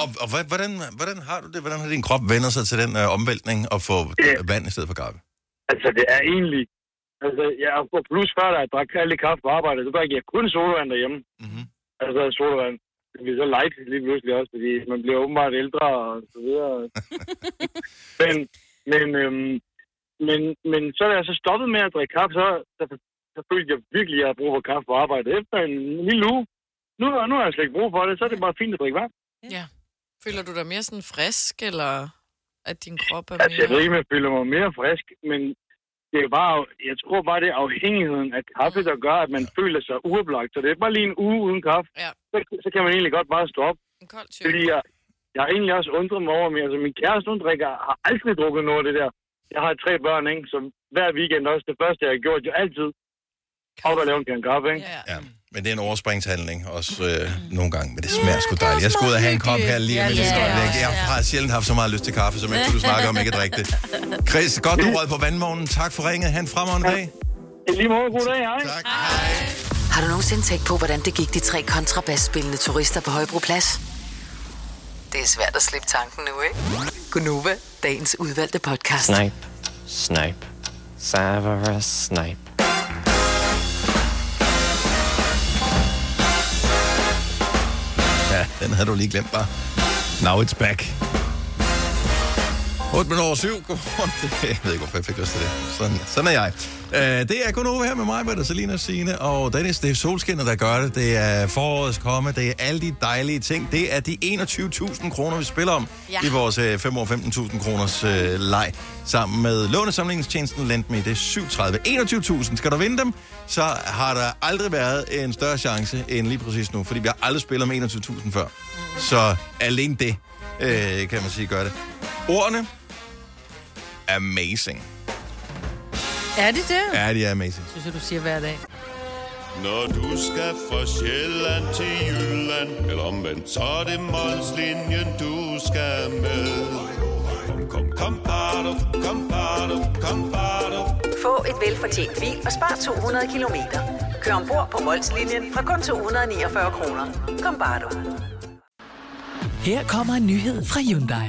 Speaker 2: Og, og hva- hvordan, hvordan har du det? Hvordan har din krop vendt sig til den øh, omvæltning og få øh, vand i stedet for kaffe?
Speaker 13: Altså, det er egentlig... Altså, jeg har fået plus før, da jeg drak alt det kaffe på arbejde, så drikker jeg kun sodavand derhjemme.
Speaker 2: Mm-hmm.
Speaker 13: Altså, sodavand. Det bliver så light lige pludselig også, fordi man bliver åbenbart ældre og så videre. men, men, øhm, men, men så da jeg så stoppede med at drikke kaffe, så, så, så følte jeg virkelig, at jeg havde brug for kaffe på arbejde. Efter en lille uge, nu, nu har jeg slet ikke brug for det, så er det bare fint at drikke vand.
Speaker 1: Ja. Føler du dig mere sådan frisk, eller at din krop er mere...
Speaker 13: Altså, jeg ved ikke, om jeg føler mig mere frisk, men det er bare, jeg tror bare, det er afhængigheden af kaffe, der gør, at man føler sig uoplagt. Så det er bare lige en uge uden kaffe,
Speaker 1: ja.
Speaker 13: så, så kan man egentlig godt bare stå op.
Speaker 1: En kold type.
Speaker 13: Fordi jeg, jeg har egentlig også undret mig over, men altså, min kæreste, hun drikker, har aldrig drukket noget af det der. Jeg har tre børn, ikke? Så hver weekend også, det første, jeg har gjort, jo altid op og lave en kan kaffe, ikke?
Speaker 2: Ja. Men det er en overspringshandling også øh,
Speaker 13: Mm.
Speaker 2: nogle gange, men det smager sgu dejligt. Jeg skulle ud og have en kop her lige om
Speaker 13: Ja,
Speaker 2: lidt.
Speaker 13: det skal jeg
Speaker 2: øjeblik.
Speaker 13: også,
Speaker 2: Jeg har sjældent haft så meget lyst til kaffe, som efter du snakker om ikke at drikke det. Chris, godt du rød på vandvognen. Tak for ringet. Ha' en fremragende dag.
Speaker 13: I lige måde, god dag, hej.
Speaker 2: Tak.
Speaker 5: Har du nogensinde tænkt på, hvordan det gik de tre kontrabasspillende turister på Højbroplads? Det er svært at slippe tanken nu, ikke? Gunova, dagens udvalgte podcast.
Speaker 17: Snipe, snipe, Severus Snipe.
Speaker 2: Ja, den havde du lige glemt bare. Now it's back. 8 minutter over 7. Godmorgen. Jeg ved ikke, hvorfor jeg fik lyst til det. Sådan, sådan er jeg. Øh, det er kun over her med mig, Britta, Selina, Signe og Dennis. Det er solskinnet, der gør det. Det er forårets komme. Det er alle de dejlige ting. Det er de 21.000 kroner, vi spiller om
Speaker 18: Ja.
Speaker 2: ja. i vores øh, 5 år 15.000 kroners øh, leg. Sammen med lånesamlingstjenesten LendMe. Det er 37. 21.000. Skal du vinde dem, så har der aldrig været en større chance end lige præcis nu. Fordi vi har aldrig spillet om 21.000 før. Så alene det, øh, kan man sige, gør det. Ordene amazing.
Speaker 3: Er det det?
Speaker 2: Ja, de er amazing.
Speaker 3: Synes jeg, du siger hver dag.
Speaker 19: Når du skal fra Sjælland til Jylland, eller omvendt, så er det Molslinjen, du skal med. Kom, kom, kom, bado, kom, bado, kom, bado.
Speaker 20: Få et velfortjent bil og spar 200 kilometer. Kør ombord på Molslinjen fra kun 249 kroner. Kom bare du.
Speaker 21: Her kommer en nyhed fra Hyundai.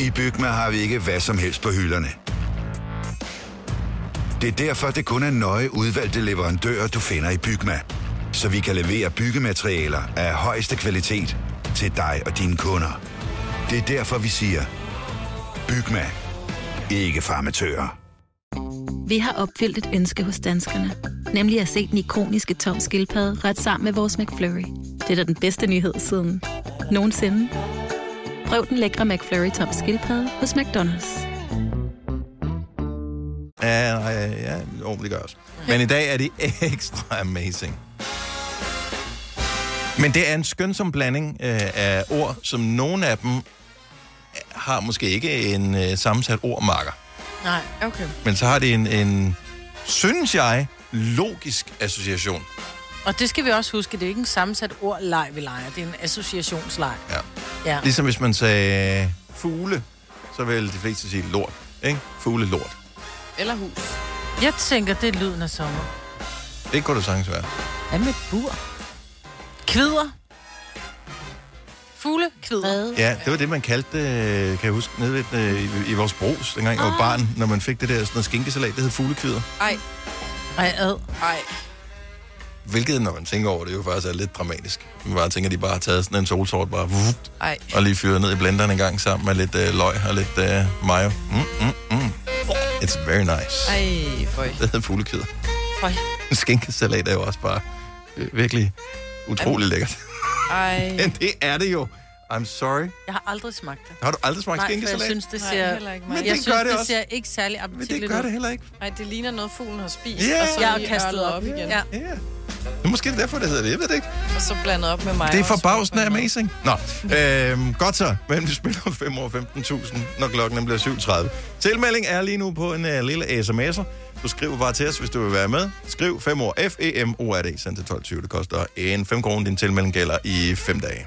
Speaker 8: I Bygma har vi ikke hvad som helst på hylderne. Det er derfor, det kun er nøje udvalgte leverandører, du finder i Bygma. Så vi kan levere byggematerialer af højeste kvalitet til dig og dine kunder. Det er derfor, vi siger, Bygma. Ikke farmatører.
Speaker 22: Vi har opfyldt et ønske hos danskerne. Nemlig at se den ikoniske tom skildpadde ret sammen med vores McFlurry. Det er da den bedste nyhed siden nogensinde. Prøv den lækre McFlurry tom skildpadde hos McDonald's.
Speaker 2: Ja, nej, ja, ja, jo, det gør jeg også. Men i dag er de ekstra amazing. Men det er en skønsom blanding øh, af ord, som nogle af dem øh, har måske ikke en øh, sammensat ordmarker.
Speaker 1: Nej, okay.
Speaker 2: Men så har det en, en, synes jeg, logisk association.
Speaker 3: Og det skal vi også huske, det er ikke en sammensat ordleg, vi leger. Det er en associationsleg.
Speaker 2: Ja.
Speaker 3: ja.
Speaker 2: Ligesom hvis man sagde fugle, så vil de fleste sige lort. Ikke? Fugle lort.
Speaker 1: Eller hus.
Speaker 3: Jeg tænker, det er lyden af sommer.
Speaker 2: Det kunne du sagtens være.
Speaker 3: Hvad med bur? Kvider. Fugle, kvider.
Speaker 2: Ja, det var det, man kaldte det, kan jeg huske, nede ved, øh, i, i vores brus, dengang jeg
Speaker 3: Ah.
Speaker 2: var barn, når man fik det der sådan noget skinkesalat, det hed fuglekvider.
Speaker 1: Ej.
Speaker 3: Ej, ad.
Speaker 1: Ej.
Speaker 2: Hvilket, når man tænker over det, jo faktisk er lidt dramatisk. Man bare tænker, at de bare har taget sådan en solsort, bare vup,
Speaker 1: Ej.
Speaker 2: og lige fyret ned i blenderen en gang sammen med lidt øh, løg og lidt øh, mayo. Mm, mm, mm. It's very nice.
Speaker 1: Ej, føj.
Speaker 2: Det hedder fuglekvider.
Speaker 1: Føj.
Speaker 2: Skinkesalat er jo også bare øh, virkelig utrolig lækkert.
Speaker 1: Ej.
Speaker 2: Men det er det jo. I'm sorry.
Speaker 3: Jeg har aldrig smagt det.
Speaker 2: Har du aldrig smagt
Speaker 3: Nej, for jeg
Speaker 2: skinkesalat?
Speaker 3: synes, det
Speaker 1: Nej,
Speaker 3: ser...
Speaker 1: heller ikke mig.
Speaker 3: Men
Speaker 1: Men
Speaker 3: jeg
Speaker 1: det
Speaker 3: synes,
Speaker 1: gør det
Speaker 3: det
Speaker 1: også.
Speaker 3: ser ikke særlig appetitligt ud.
Speaker 2: gør det heller ikke.
Speaker 1: Nej, det ligner noget, fuglen har spist,
Speaker 2: Ja.
Speaker 1: og så
Speaker 2: Jeg har
Speaker 1: lige
Speaker 3: kastet
Speaker 1: kastet op,
Speaker 3: op.
Speaker 1: igen.
Speaker 3: Ja.
Speaker 2: Det er måske derfor, det hedder det. Jeg ved det ikke.
Speaker 1: Og så blandet op med mig.
Speaker 2: Det er forbavsende amazing. Nå, øhm, godt så. Men vi spiller 5 over 15.000, når klokken bliver 7.30. Tilmelding er lige nu på en uh, lille sms'er. Du skriver bare til os, hvis du vil være med. Skriv 5 år F-E-M-O-R-D, send til 12.20. Det koster en 5 kroner. Din tilmelding gælder i 5 dage.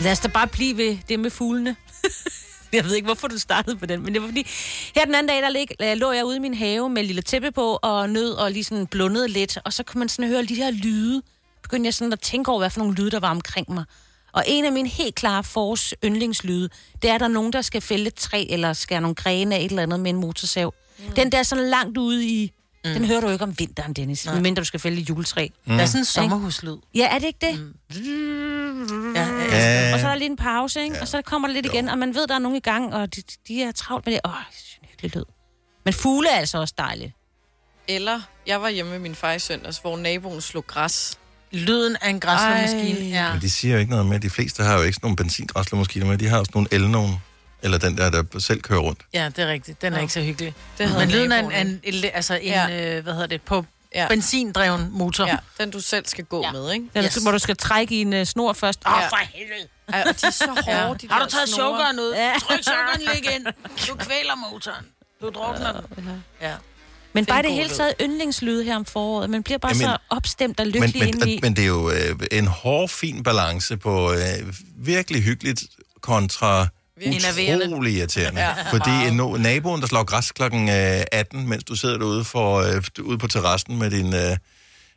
Speaker 4: Lad os da bare blive ved det med fuglene. jeg ved ikke, hvorfor du startede på den, men det var fordi... Her den anden dag, der lig, øh, lå jeg ude i min have med et lille tæppe på og nød og lige sådan blundede lidt. Og så kunne man sådan høre de her lyde. Begyndte jeg sådan at tænke over, hvad for nogle lyde, der var omkring mig. Og en af mine helt klare fors yndlingslyde, det er, at der er nogen, der skal fælde et træ eller skære nogle grene af et eller andet med en motorsav. Mm. Den der sådan langt ude i... Mm. Den hører du ikke om vinteren, Dennis,
Speaker 3: Nej.
Speaker 4: medmindre du skal fælde et juletræ.
Speaker 3: Mm. Der er sådan en
Speaker 4: Ikke?
Speaker 3: sommerhuslyd.
Speaker 4: Ja, er det ikke det? Mm. Ja,
Speaker 3: elsker det.
Speaker 4: Og så er der lige en pause, ikke? Ja. og så kommer der lidt igen, og man ved, der er nogen i gang, og de, de er travlt med det. Åh, oh, en hyggelig lyd. Men fugle er altså også dejlige.
Speaker 1: Eller, jeg var hjemme med min far i søndags, hvor naboen slog græs.
Speaker 3: Lyden af en græsslåmaskine.
Speaker 1: Ah.
Speaker 3: Ja.
Speaker 2: Men de siger jo ikke noget med. De fleste har jo ikke sådan nogle benzingræslermaskiner med. De har også nogle el nogen. Eller den der, der selv kører rundt.
Speaker 3: Ja, det er rigtigt. Den er
Speaker 1: Nå.
Speaker 3: ikke så hyggelig.
Speaker 1: Det havde
Speaker 3: Men lyden af en,
Speaker 1: naboen
Speaker 3: en, en, altså en
Speaker 1: Ja.
Speaker 3: øh, hvad hedder det, på
Speaker 1: Ja.
Speaker 3: benzindreven motor.
Speaker 1: Ja, den du selv skal gå ja. med, ikke?
Speaker 4: Den, yes. Hvor du skal trække i en uh, snor først. Åh, oh, for helvede.
Speaker 1: Ej, og de er så hårde, ja. de
Speaker 3: Har
Speaker 1: der
Speaker 3: du taget
Speaker 1: snore.
Speaker 3: chokeren ud?
Speaker 4: Ja.
Speaker 3: Tryk chokeren lige ind. Du kvæler motoren. Du drukner den. Ja.
Speaker 4: Men
Speaker 3: Det er
Speaker 4: bare
Speaker 3: en
Speaker 4: det
Speaker 3: god
Speaker 4: hele
Speaker 3: lyd.
Speaker 4: taget yndlingslyde her om foråret. Man bliver bare
Speaker 2: Jamen,
Speaker 4: Jamen, så opstemt og
Speaker 2: men,
Speaker 4: lykkelig
Speaker 2: men,
Speaker 4: indeni.
Speaker 2: men det er jo øh, en hård, fin balance på øh, virkelig hyggeligt kontra
Speaker 4: Enerverende.
Speaker 2: utrolig irriterende.
Speaker 4: Ja.
Speaker 2: Ja. Fordi en no- naboen, der slår græs kl. 18, mens du sidder derude for, øh, ude på terrassen med din... Øh, øh, hvad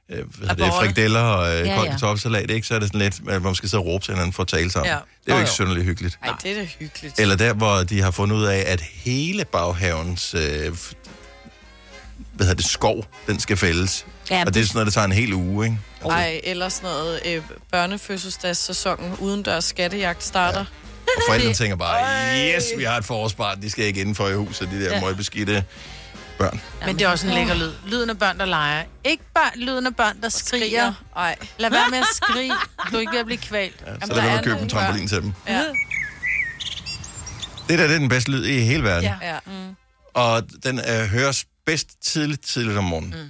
Speaker 2: hedder det,
Speaker 3: Abborre.
Speaker 2: frikadeller og øh,
Speaker 3: Ja,
Speaker 2: ja, kold
Speaker 3: ja.
Speaker 2: kartoffelsalat, ikke? så er det sådan lidt, at man skal sidde og råbe til hinanden for at tale sammen.
Speaker 3: Ja.
Speaker 2: Ja. Det er jo
Speaker 3: Jo,
Speaker 2: ikke
Speaker 3: jo.
Speaker 2: synderligt hyggeligt.
Speaker 1: Ej, det er da hyggeligt.
Speaker 2: Eller der, hvor de har fundet ud af, at hele baghavens øh, f- hvad hedder det, skov, den skal fældes.
Speaker 1: Ja,
Speaker 2: Ja, og det er sådan noget, der tager en hel uge, ikke?
Speaker 1: Ej, eller sådan noget øh, børnefødselsdagssæsonen udendørs skattejagt starter.
Speaker 2: Og forældrene tænker bare, yes, vi har et forårsbarn, de skal ikke indenfor i huset, de der
Speaker 3: Ja.
Speaker 2: ja. møgbeskidte børn.
Speaker 3: Men det er også en lækker lyd. Lyden af børn, der leger. Ikke bare lyden af børn, der skriger.
Speaker 1: Nej.
Speaker 3: Lad være med at skrige. Du er ikke ved at blive kvalt. Ja,
Speaker 2: Så lad være med at købe en trampolin til dem.
Speaker 1: Ja.
Speaker 2: Det der, det er den bedste lyd i hele verden. Ja.
Speaker 1: ja. Mm.
Speaker 2: Og den øh, høres bedst tidligt, tidligt om morgenen. Mm.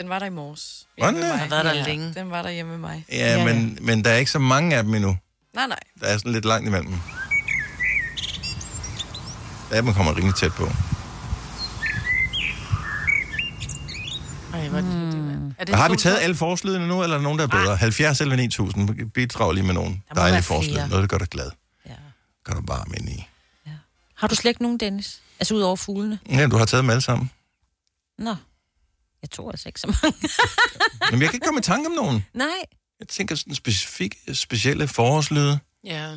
Speaker 1: Den var der i morges.
Speaker 2: Var den
Speaker 1: Hjemme
Speaker 2: det?
Speaker 1: ved mig.
Speaker 2: Den har været der
Speaker 1: Ja,
Speaker 2: længe.
Speaker 1: Den var der hjemme med mig.
Speaker 2: Ja, ja, men, men der er ikke så mange af dem endnu.
Speaker 1: Nej, nej.
Speaker 2: Der er sådan lidt langt imellem. Der er dem kommer rimelig tæt på.
Speaker 3: Ej, hvor er det
Speaker 1: Mm.
Speaker 3: hyggeligt, mand. Er det
Speaker 2: har vi
Speaker 3: solsort?
Speaker 2: taget alle forslydene nu, eller er der nogen, der er bedre? 70 eller 9000. Bidrag lige med nogen
Speaker 4: Der må være
Speaker 2: dejlige
Speaker 4: flere.
Speaker 2: forslyd. Noget, der gør dig glad. Ja. Gør dig varm ind i.
Speaker 4: Har du slet ikke nogen, Dennis? Altså ud over fuglene?
Speaker 2: Ja, du har taget dem alle sammen.
Speaker 4: Nå. Jeg tror altså ikke så mange.
Speaker 2: Men jeg kan ikke komme i tanke om nogen.
Speaker 4: Nej.
Speaker 2: Jeg tænker sådan specifik, specielle forårslyde.
Speaker 3: Ja.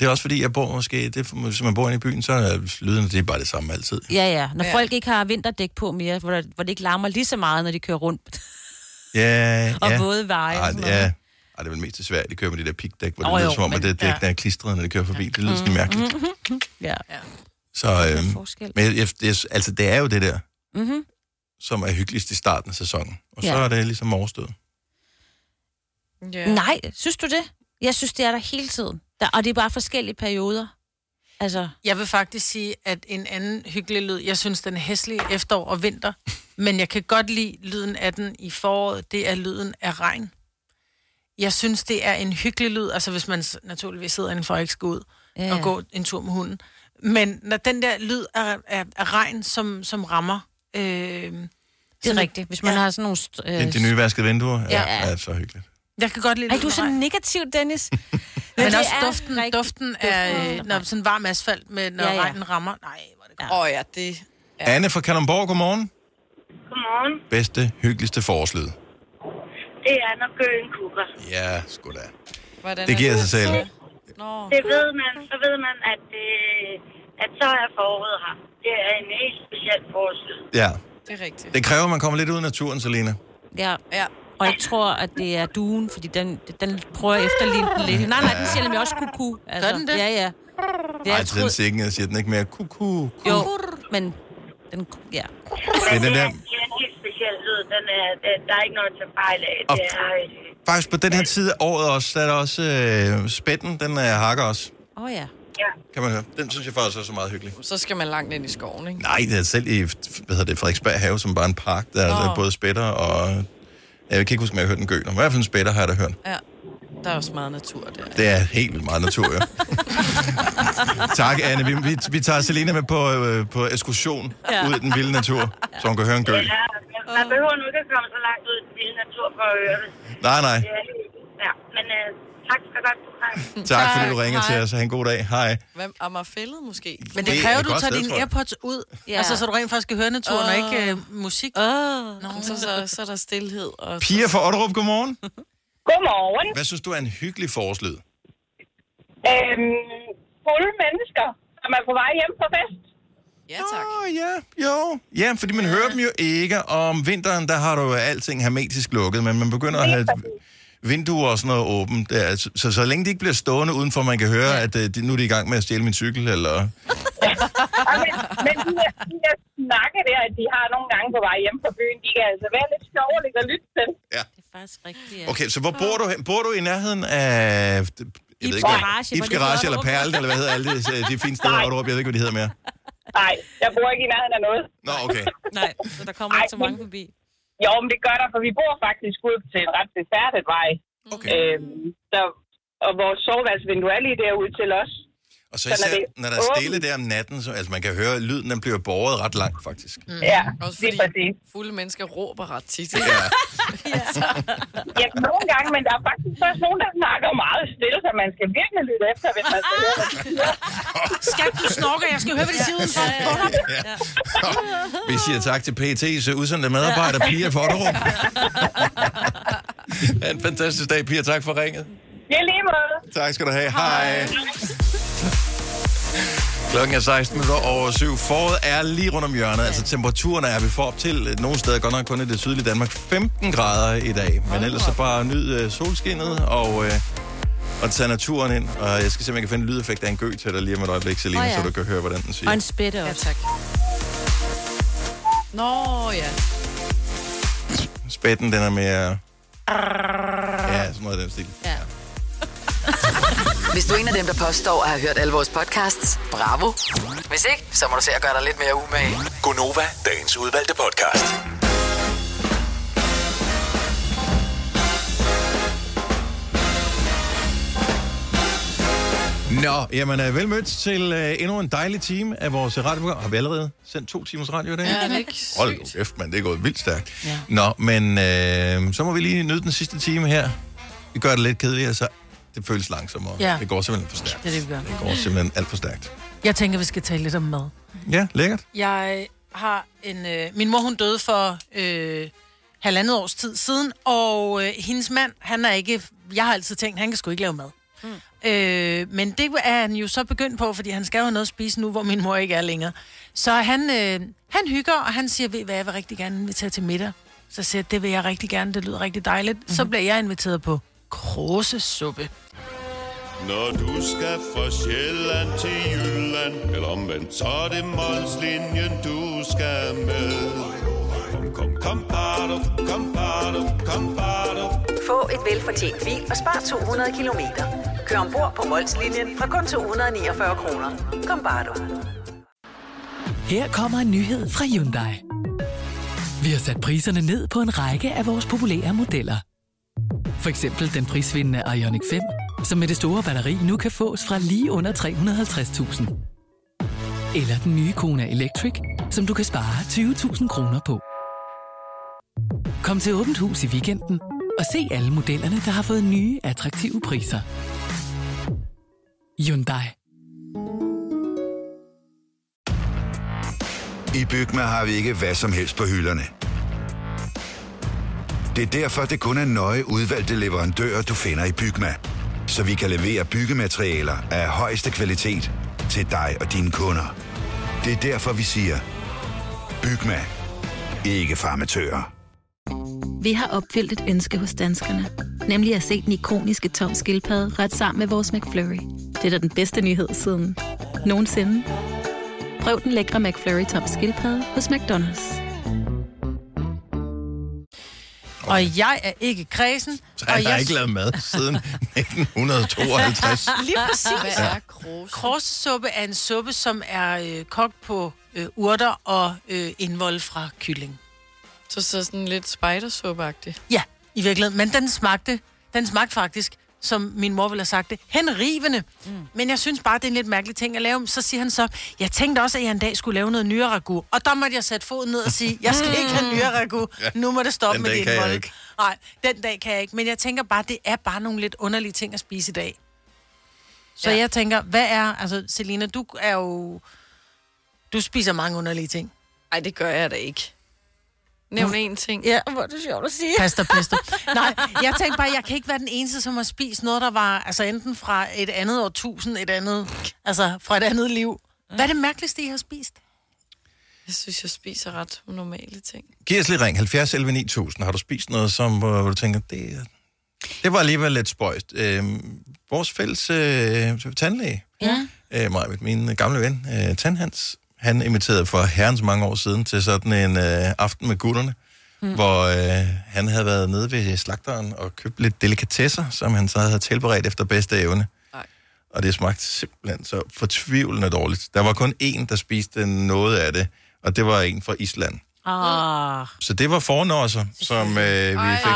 Speaker 2: Det er også fordi, jeg bor måske, det, er- hvis man bor inde i byen, så er lydene det er bare det samme altid.
Speaker 4: Ja, ja. Når
Speaker 1: Ja.
Speaker 4: ja. folk ikke har vinterdæk på mere, hvor, der, hvor det ikke larmer lige så meget, når de kører rundt.
Speaker 2: Ja,
Speaker 4: Og
Speaker 2: ja.
Speaker 4: våde veje og
Speaker 2: Ej,
Speaker 4: sådan
Speaker 2: det-
Speaker 4: noget.
Speaker 2: ja. Ej, det er vel mest til Sverige, de kører med de der pigdæk, hvor det
Speaker 4: Åh,
Speaker 2: oh, lyder
Speaker 4: jo,
Speaker 2: som om, at
Speaker 4: men-
Speaker 2: det dæk,
Speaker 4: ja.
Speaker 2: der er klistret, når det kører forbi. Det lyder sådan lidt mærkeligt.
Speaker 1: Mm-hmm.
Speaker 4: Mm. ja. ja.
Speaker 2: Så,
Speaker 4: mm. er
Speaker 2: øhm,
Speaker 4: forskel.
Speaker 2: men jeg, jeg, det, altså, det er jo det der,
Speaker 4: Mm-hmm.
Speaker 2: som er hyggeligst i starten af sæsonen. Og så
Speaker 4: Ja.
Speaker 2: er det ligesom overstået.
Speaker 1: Ja.
Speaker 4: Nej, synes du det? Jeg synes, det er der hele tiden. Der, og det er bare forskellige perioder. Altså,
Speaker 3: Jeg vil faktisk sige, at en anden hyggelig lyd, jeg synes, den er hæslig i efterår og vinter, men jeg kan godt lide lyden af den i foråret, det er lyden af regn. Jeg synes, det er en hyggelig lyd, altså hvis man s- naturligvis sidder indenfor og ikke skal ud
Speaker 4: Ja.
Speaker 3: ja. og gå en tur med hunden. Men når den der lyd af, af, af regn, som, som rammer... Øh, det
Speaker 4: Det er rigtigt. Hvis man har sådan nogle... St- øh,
Speaker 2: Ind de nye vaskede vinduer ja.
Speaker 4: Ja.
Speaker 2: er, er så hyggeligt.
Speaker 3: Jeg kan godt lide
Speaker 4: Ej, du er så negativ, Dennis. Men,
Speaker 3: Men,
Speaker 4: det
Speaker 3: også
Speaker 4: er
Speaker 3: duften, duften af øh, når sådan varm asfalt, med, når
Speaker 4: Ja,
Speaker 3: ja,
Speaker 4: ja.
Speaker 3: ja. regnen rammer. Nej, hvor er det godt. Åh
Speaker 1: oh, ja, det...
Speaker 2: Ja. Anne fra Kalundborg, godmorgen.
Speaker 7: Godmorgen.
Speaker 2: Bedste, hyggeligste forårslyd.
Speaker 7: Det er, når gøen kukker.
Speaker 2: Ja, sgu da.
Speaker 1: Hvordan
Speaker 2: Det
Speaker 1: er
Speaker 2: giver sig selv.
Speaker 7: Det ved man, så ved man, at, øh, at så er foråret her. Det er en helt speciel forårslyd.
Speaker 2: Ja.
Speaker 1: Det er rigtigt.
Speaker 2: Det kræver, at man kommer lidt ud i naturen, Selina.
Speaker 4: Ja.
Speaker 1: ja.
Speaker 4: Og jeg tror, at det er duen, fordi den, den prøver at efterligne den lidt. Nej, nej, den siger nemlig også kuku. Altså,
Speaker 3: Gør den det?
Speaker 4: Ja, ja. Det
Speaker 2: Nej, til den siger, ikke- siger den ikke mere kuku.
Speaker 4: Jo, men den... Ja.
Speaker 2: Men den der,
Speaker 7: Det er en helt speciel lyd. Den er, det, der er ikke noget til fejl af.
Speaker 2: Og-
Speaker 7: Det er, øh,
Speaker 2: faktisk på den her tid af året også, der er der også øh, spætten, den øh, hakker også,
Speaker 4: Åh oh, ja.
Speaker 2: kan man høre. Den synes jeg faktisk også er meget hyggelig.
Speaker 1: Så skal man langt ind i skoven, ikke?
Speaker 2: Nej, det er selv i hvad hedder det, Frederiksberg Have, som bare er en park, der er
Speaker 1: Nå.
Speaker 2: både spætter og... Jeg kan ikke huske, om jeg har hørt en gøl. I hvert fald en spætter har jeg da hørt.
Speaker 1: Ja. Der er også meget natur der.
Speaker 2: Det er helt vildt meget natur, ja. tak, Anne. Vi, vi, vi tager Selina med på, øh, på ekskursion
Speaker 7: Ja.
Speaker 2: ja. ud i den vilde natur, så hun kan høre en gøl.
Speaker 7: Ja, man behøver nu ikke at komme så langt ud i den vilde natur for at høre det.
Speaker 2: Nej, nej.
Speaker 7: Det er- Ja, men øh, tak skal du have.
Speaker 2: Tak, fordi du ringer til os. Ha' en god dag. Hej.
Speaker 1: Hvem? Amagerfællet måske?
Speaker 3: Men
Speaker 2: Det
Speaker 3: det
Speaker 2: er
Speaker 3: kræver,
Speaker 2: et
Speaker 3: du
Speaker 2: godt
Speaker 3: tager
Speaker 2: sted, tror
Speaker 3: dine
Speaker 2: jeg.
Speaker 3: AirPods ud,
Speaker 1: Ja.
Speaker 3: ja. altså, så du rent faktisk kan høre naturen, og
Speaker 1: Åh.
Speaker 3: ikke øh, musik.
Speaker 4: Oh.
Speaker 1: Nå. Så, så, så er der stillhed. Og
Speaker 2: Pia fra Otterup, godmorgen.
Speaker 6: Godmorgen.
Speaker 2: Hvad synes du er en hyggelig forslyd?
Speaker 6: Øhm, fulde mennesker, som er på vej hjem fra fest.
Speaker 1: Ja, tak.
Speaker 2: Åh, ja, jo. Ja, fordi man hører dem jo ikke, og om vinteren, der har du jo alting hermetisk lukket, men man begynder at have vinduer og sådan noget åbent. Det er- Så, så, så længe de ikke bliver stående udenfor, man kan høre, at øh, de, nu er de i gang med at stjæle min cykel, eller...
Speaker 6: Og men, men de, der, de der snakke der, at de har nogle gange på vej hjem fra byen, de kan altså være lidt sjove og lidt at lytte til.
Speaker 2: Ja.
Speaker 4: Det er faktisk rigtigt, ja.
Speaker 2: Okay, så hvor bor du hen? Bor du i nærheden af... Jeg ved ikke,
Speaker 6: Garage,
Speaker 2: hvad,
Speaker 6: hvor
Speaker 2: Ibs
Speaker 6: det
Speaker 2: Garage
Speaker 6: hedder
Speaker 2: eller
Speaker 6: Otterup.
Speaker 2: Perlen, eller hvad hedder alle de, de fine steder i Otterup? Jeg ved ikke, hvad de hedder mere.
Speaker 6: Nej, jeg bor ikke i nærheden af noget.
Speaker 2: Nå, okay.
Speaker 4: Nej, så der kommer ikke så mange forbi.
Speaker 6: Jo, men det gør der, for vi bor faktisk ud til en ret befærdet vej.
Speaker 2: Okay.
Speaker 6: Øhm, så, og vores soveværelsesvindue er lige derude til os.
Speaker 2: Og så
Speaker 6: Så når
Speaker 2: især,
Speaker 6: det er
Speaker 2: når der er stille
Speaker 6: åbent-
Speaker 2: der om natten, så, altså man kan høre, at lyden den bliver båret ret langt, faktisk.
Speaker 1: Mm.
Speaker 6: Ja,
Speaker 1: Også
Speaker 6: lige
Speaker 1: fordi fulde mennesker råber ret tit. Ja.
Speaker 6: Ja, nogle gange, men der er faktisk også nogen, der snakker meget stille, så man skal virkelig lytte efter, hvis man skal høre, hvad de siger.
Speaker 3: Skal du snorker? Jeg skal høre, hvad de siger udenfor.
Speaker 2: Ja. Vi siger tak til PET's udsendte medarbejder, Pia Forderup. Ha' en fantastisk dag, Pia. Tak for ringet.
Speaker 6: Det er lige måde.
Speaker 2: Tak skal du have. Hej. Klokken er 16 minutter over syv. Foråret er lige rundt om hjørnet. Altså temperaturen er, vi får op til øh, nogle steder, godt nok kun i det sydlige Danmark, 15 grader i dag. Men ellers så bare nyd øh, solskinnet og, øh, og tage naturen ind. Og jeg skal se, om jeg kan finde en lydeffekt af en gø til dig lige om et øjeblik, Selina,
Speaker 4: Åh,
Speaker 2: oh,
Speaker 4: ja.
Speaker 2: ja. så du kan høre, hvordan den siger.
Speaker 4: Og en spætte også.
Speaker 1: Ja, tak. Nå, ja.
Speaker 2: Spætten, den er mere... Ja, sådan noget af den stil.
Speaker 4: Ja.
Speaker 5: Hvis du er en af dem, der påstår at have hørt alle vores podcasts, bravo. Hvis ikke, så må du se at gøre dig lidt mere umage.
Speaker 9: Gonova, dagens udvalgte podcast.
Speaker 2: Nå, jamen øh, velmødt til øh, endnu en dejlig time af vores radioprogram. Har vi allerede sendt to timers radio i dag?
Speaker 1: Ja, det er ikke
Speaker 2: Hold nu kæft, mand, det er gået vildt stærkt. Ja. Nå, men øh, så må vi lige nyde den sidste time her. Vi gør det lidt kedeligere, så det føles langsommere.
Speaker 3: Ja.
Speaker 2: Det går simpelthen for stærkt.
Speaker 3: Det er det, vi gør.
Speaker 2: Det går simpelthen alt for stærkt.
Speaker 3: Jeg tænker, vi skal tale lidt om mad.
Speaker 2: Ja, lækkert.
Speaker 3: Jeg har en... Øh, min mor, hun døde for øh, halvandet års tid siden, og øh, hendes mand, han er ikke... Jeg har altid tænkt, han kan sgu ikke lave mad. Mm. Øh, men det er han jo så begyndt på, fordi han skal jo have noget at spise nu, hvor min mor ikke er længere. Så han, øh, han hygger, og han siger, ved I hvad, jeg vil rigtig gerne invitere til middag. Så siger jeg, det vil jeg rigtig gerne, det lyder rigtig dejligt. Mm-hmm.
Speaker 2: Mhm.
Speaker 3: Så bliver jeg inviteret på kråsesuppe.
Speaker 19: Når du skal fra Sjælland til Jylland Eller omvendt, så er det Molslinjen, du skal med Kom, kom, bado, kom, bado, kom, bado.
Speaker 20: Få et velfortjent bil og spar 200 kilometer. Kør ombord på Molslinjen fra kun 249 kroner. Kom bare du.
Speaker 21: Her kommer en nyhed fra Hyundai. Vi har sat priserne ned på en række af vores populære modeller. For eksempel den prisvindende Ioniq 5, som med det store batteri nu kan fås fra lige under 350.000. Eller den nye Kona Electric, som du kan spare 20.000 kroner på. Kom til Åbent Hus i weekenden og se alle modellerne, der har fået nye, attraktive priser. Hyundai.
Speaker 8: I Bygma har vi ikke hvad som helst på hylderne. Det er derfor, det kun er nøje udvalgte leverandører, du finder i Bygma. Så vi kan levere byggematerialer af højeste kvalitet til dig og dine kunder. Det er derfor, vi siger, Bygma. Ikke farmatører.
Speaker 22: Vi har opfyldt et ønske hos danskerne. Nemlig at se den ikoniske tom skildpadde ret sammen med vores McFlurry. Det er da den bedste nyhed siden nogensinde. Prøv den lækre McFlurry tom skildpadde hos McDonald's.
Speaker 3: Og jeg er ikke kredsen.
Speaker 2: Så han
Speaker 3: og
Speaker 2: har
Speaker 3: jeg...
Speaker 2: ikke lavet mad siden 1952.
Speaker 3: Lige præcis.
Speaker 2: Hvad er
Speaker 3: krose? Krosesuppe er en suppe, som er øh, kogt på øh, urter og øh, indvold fra kylling.
Speaker 1: Så, så sådan lidt spidersuppe
Speaker 3: Ja, i virkeligheden. Men den smagte, den smagte faktisk, som min mor ville have sagt det, henrivende. Mm. Men jeg synes bare, det er en lidt mærkelig ting at lave. Så siger han så, jeg tænkte også, at jeg en dag skulle lave noget nyere ragu. Og der måtte jeg sætte foden ned og sige, jeg
Speaker 23: Mm.
Speaker 3: skal ikke have nyere ragu.
Speaker 2: Ja,
Speaker 3: Nu må det stoppe
Speaker 2: den
Speaker 3: med
Speaker 2: dag
Speaker 3: det
Speaker 2: kan jeg
Speaker 3: indvold.
Speaker 2: ikke.
Speaker 3: Nej, den dag kan jeg ikke. Men jeg tænker bare, det er bare nogle lidt underlige ting at spise i dag. Så ja. jeg tænker, hvad er... Altså, Selina, du er jo... Du spiser mange underlige ting.
Speaker 1: Nej, det gør jeg da ikke. Nævn en ting.
Speaker 3: Ja, hvor er det sjovt at sige. Pasta, pesto. Nej, jeg tænkte bare, jeg kan ikke være den eneste, som har spist noget, der var altså enten fra et andet årtusind, et andet, altså fra et andet liv. Hvad er det mærkeligste, I har spist?
Speaker 1: Jeg synes, jeg spiser ret normale ting.
Speaker 2: Giv os lige ring. 70 11 9000. Har du spist noget, som, hvor, hvor du tænker, det, er- det var alligevel lidt spøjst. Øhm, vores fælles øh, tandlæge,
Speaker 3: Ja.
Speaker 2: øh, mig, min gamle ven, øh, Tandhans, han inviterede for herrens mange år siden til sådan en øh, aften med gutterne, mm. hvor øh, han havde været nede ved slagteren og købt lidt delikatesser, som han så havde tilberedt efter bedste evne. Og det smagte simpelthen så fortvivlende dårligt. Der var kun én, der spiste noget af det, og det var en fra Island.
Speaker 3: Ah.
Speaker 2: Så det var fornåser, som øh, vi
Speaker 3: Ej.
Speaker 2: ej, fik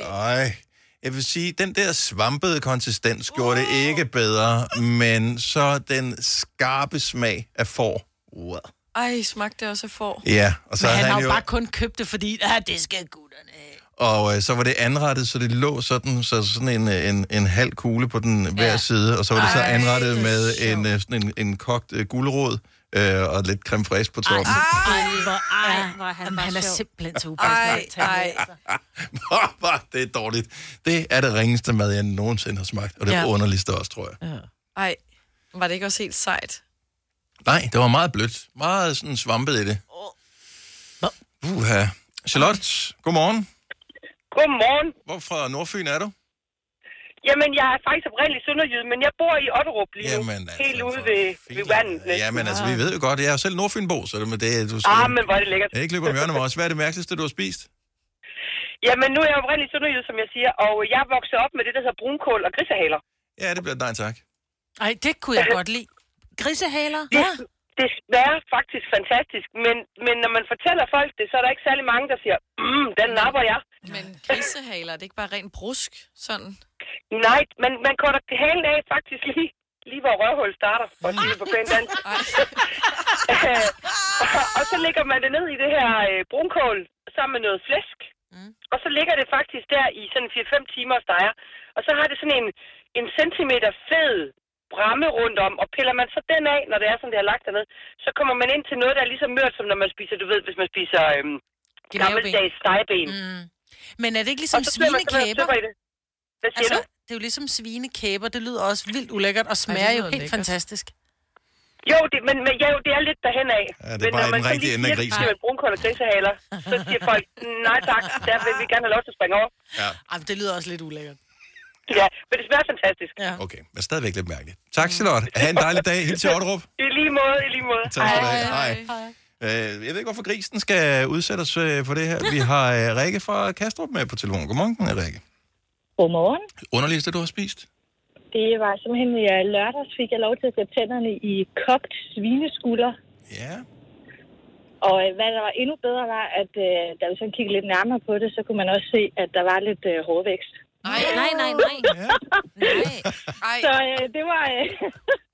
Speaker 2: der. Ej. Jeg vil sige, den der svampede konsistens gjorde det ikke bedre, men så den skarpe smag af får. Wow.
Speaker 1: Ej, smagte det også af får.
Speaker 2: Ja, og så
Speaker 3: Men
Speaker 2: havde
Speaker 3: han
Speaker 2: han
Speaker 3: har jo
Speaker 2: jo-
Speaker 3: bare kun købt det, fordi, ah, det skal gud.
Speaker 2: Og øh, så var det anrettet, så det lå sådan, så sådan en, øh, en, en halv kugle på den hver side, og så var det så
Speaker 24: Ej,
Speaker 2: anrettet
Speaker 24: det er
Speaker 2: med en, øh, sådan en, en kogt øh, gulerod øh, og lidt creme fraiche på toppen.
Speaker 3: Ah. Ej, hvor, ej, hvor er han, Jamen, han er simpelthen så upassende. Ej, ej.
Speaker 2: Hvor var det dårligt. Det er det ringeste mad, jeg nogensinde har smagt, og det
Speaker 1: Ja.
Speaker 2: ja. underligste også, tror jeg.
Speaker 1: Ej, var det ikke også helt sejt?
Speaker 2: Nej, det var meget blødt. Meget sådan svampet i det. Uha. Charlotte, godmorgen.
Speaker 23: Godmorgen.
Speaker 2: Hvor fra Nordfyn er du?
Speaker 23: Jamen, jeg er faktisk oprindelig sønderjyd, men jeg bor i Otterup lige nu.
Speaker 2: Jamen, altså,
Speaker 23: helt ude ved, ved vandet. næsten.
Speaker 2: Jamen altså, vi ved jo godt, jeg er jo selv Nordfynbo, så det med det, du
Speaker 23: Ah, men hvor er det lækkert.
Speaker 2: Jeg ikke løber om hjørnet med os. Hvad er det mærkeligste, du har spist?
Speaker 23: Jamen, nu er jeg oprindelig sønderjyd, som jeg siger, og jeg er vokset op med det, der hedder brunkål og grisehaler.
Speaker 2: Ja, det bliver nej tak.
Speaker 3: Ej, det kunne jeg godt lide. Grisehaler?
Speaker 23: Det, det smager faktisk fantastisk, men, men når man fortæller folk det, så er der ikke særlig mange, der siger, mm, den napper jeg.
Speaker 1: Men grisehaler, er det ikke bare ren brusk? Sådan.
Speaker 23: Nej, men man korter halen af faktisk lige, lige hvor røvhul starter, og sige det på pænt dansk. Øh, og, og så lægger man det ned i det her øh, brunkål sammen med noget flæsk. Mm. Og så ligger det faktisk der i sådan 4-5 timer og steger. Og så har det sådan en, en centimeter fed bramme rundt om, og piller man så den af, når det er, som det har lagt dernede, så kommer man ind til noget, der er lige så mørt, som når man spiser, du ved, hvis man spiser øhm,
Speaker 3: Gnaveben.
Speaker 23: gammeldags stegeben.
Speaker 3: Mm. Men er det ikke ligesom
Speaker 23: Og så bliver man sådan noget
Speaker 3: svinekæber?
Speaker 23: sødt af det. Hvad siger
Speaker 3: altså,
Speaker 23: du?
Speaker 3: det er jo ligesom svinekæber. Det lyder også vildt ulækkert og smager jo
Speaker 23: lyder
Speaker 3: helt
Speaker 23: lækkert.
Speaker 3: lækkert. fantastisk.
Speaker 23: Jo, det, men, men ja, jo, det er lidt derhen af.
Speaker 2: Ja, det er
Speaker 23: men
Speaker 2: bare
Speaker 23: når
Speaker 2: i
Speaker 23: man
Speaker 2: den
Speaker 23: så
Speaker 2: rigtige
Speaker 23: lige
Speaker 2: ende af
Speaker 23: siger,
Speaker 2: grisen.
Speaker 23: at man brunkål og grisehaler, så siger folk, nej tak, der vil vi gerne have lov til at springe over.
Speaker 2: Ja.
Speaker 3: Ej, men det lyder også lidt ulækkert.
Speaker 23: Ja, men det smager fantastisk.
Speaker 3: Ja.
Speaker 2: Okay, men stadigvæk lidt mærkeligt. Tak, Charlotte. Ha' en dejlig dag. Helt til Otterup.
Speaker 23: I lige måde, i lige måde.
Speaker 2: Tak skal du have. Hej. Øh, jeg ved ikke, hvorfor grisen skal udsætte os øh, for det her. Vi har øh, Rikke fra Kastrup med på telefonen. Godmorgen, Rikke.
Speaker 18: Godmorgen.
Speaker 2: Underligste, du har spist?
Speaker 18: Det var simpelthen, at jeg lørdags fik jeg lov til at sætte tænderne i kogt svineskulder.
Speaker 2: Ja.
Speaker 18: Og øh, hvad der var endnu bedre var, at øh, da vi så kiggede lidt nærmere på det, så kunne man også se, at der var lidt øh, hårvækst.
Speaker 4: Nej, nej, nej, nej.
Speaker 1: nej.
Speaker 18: Så øh, det var øh,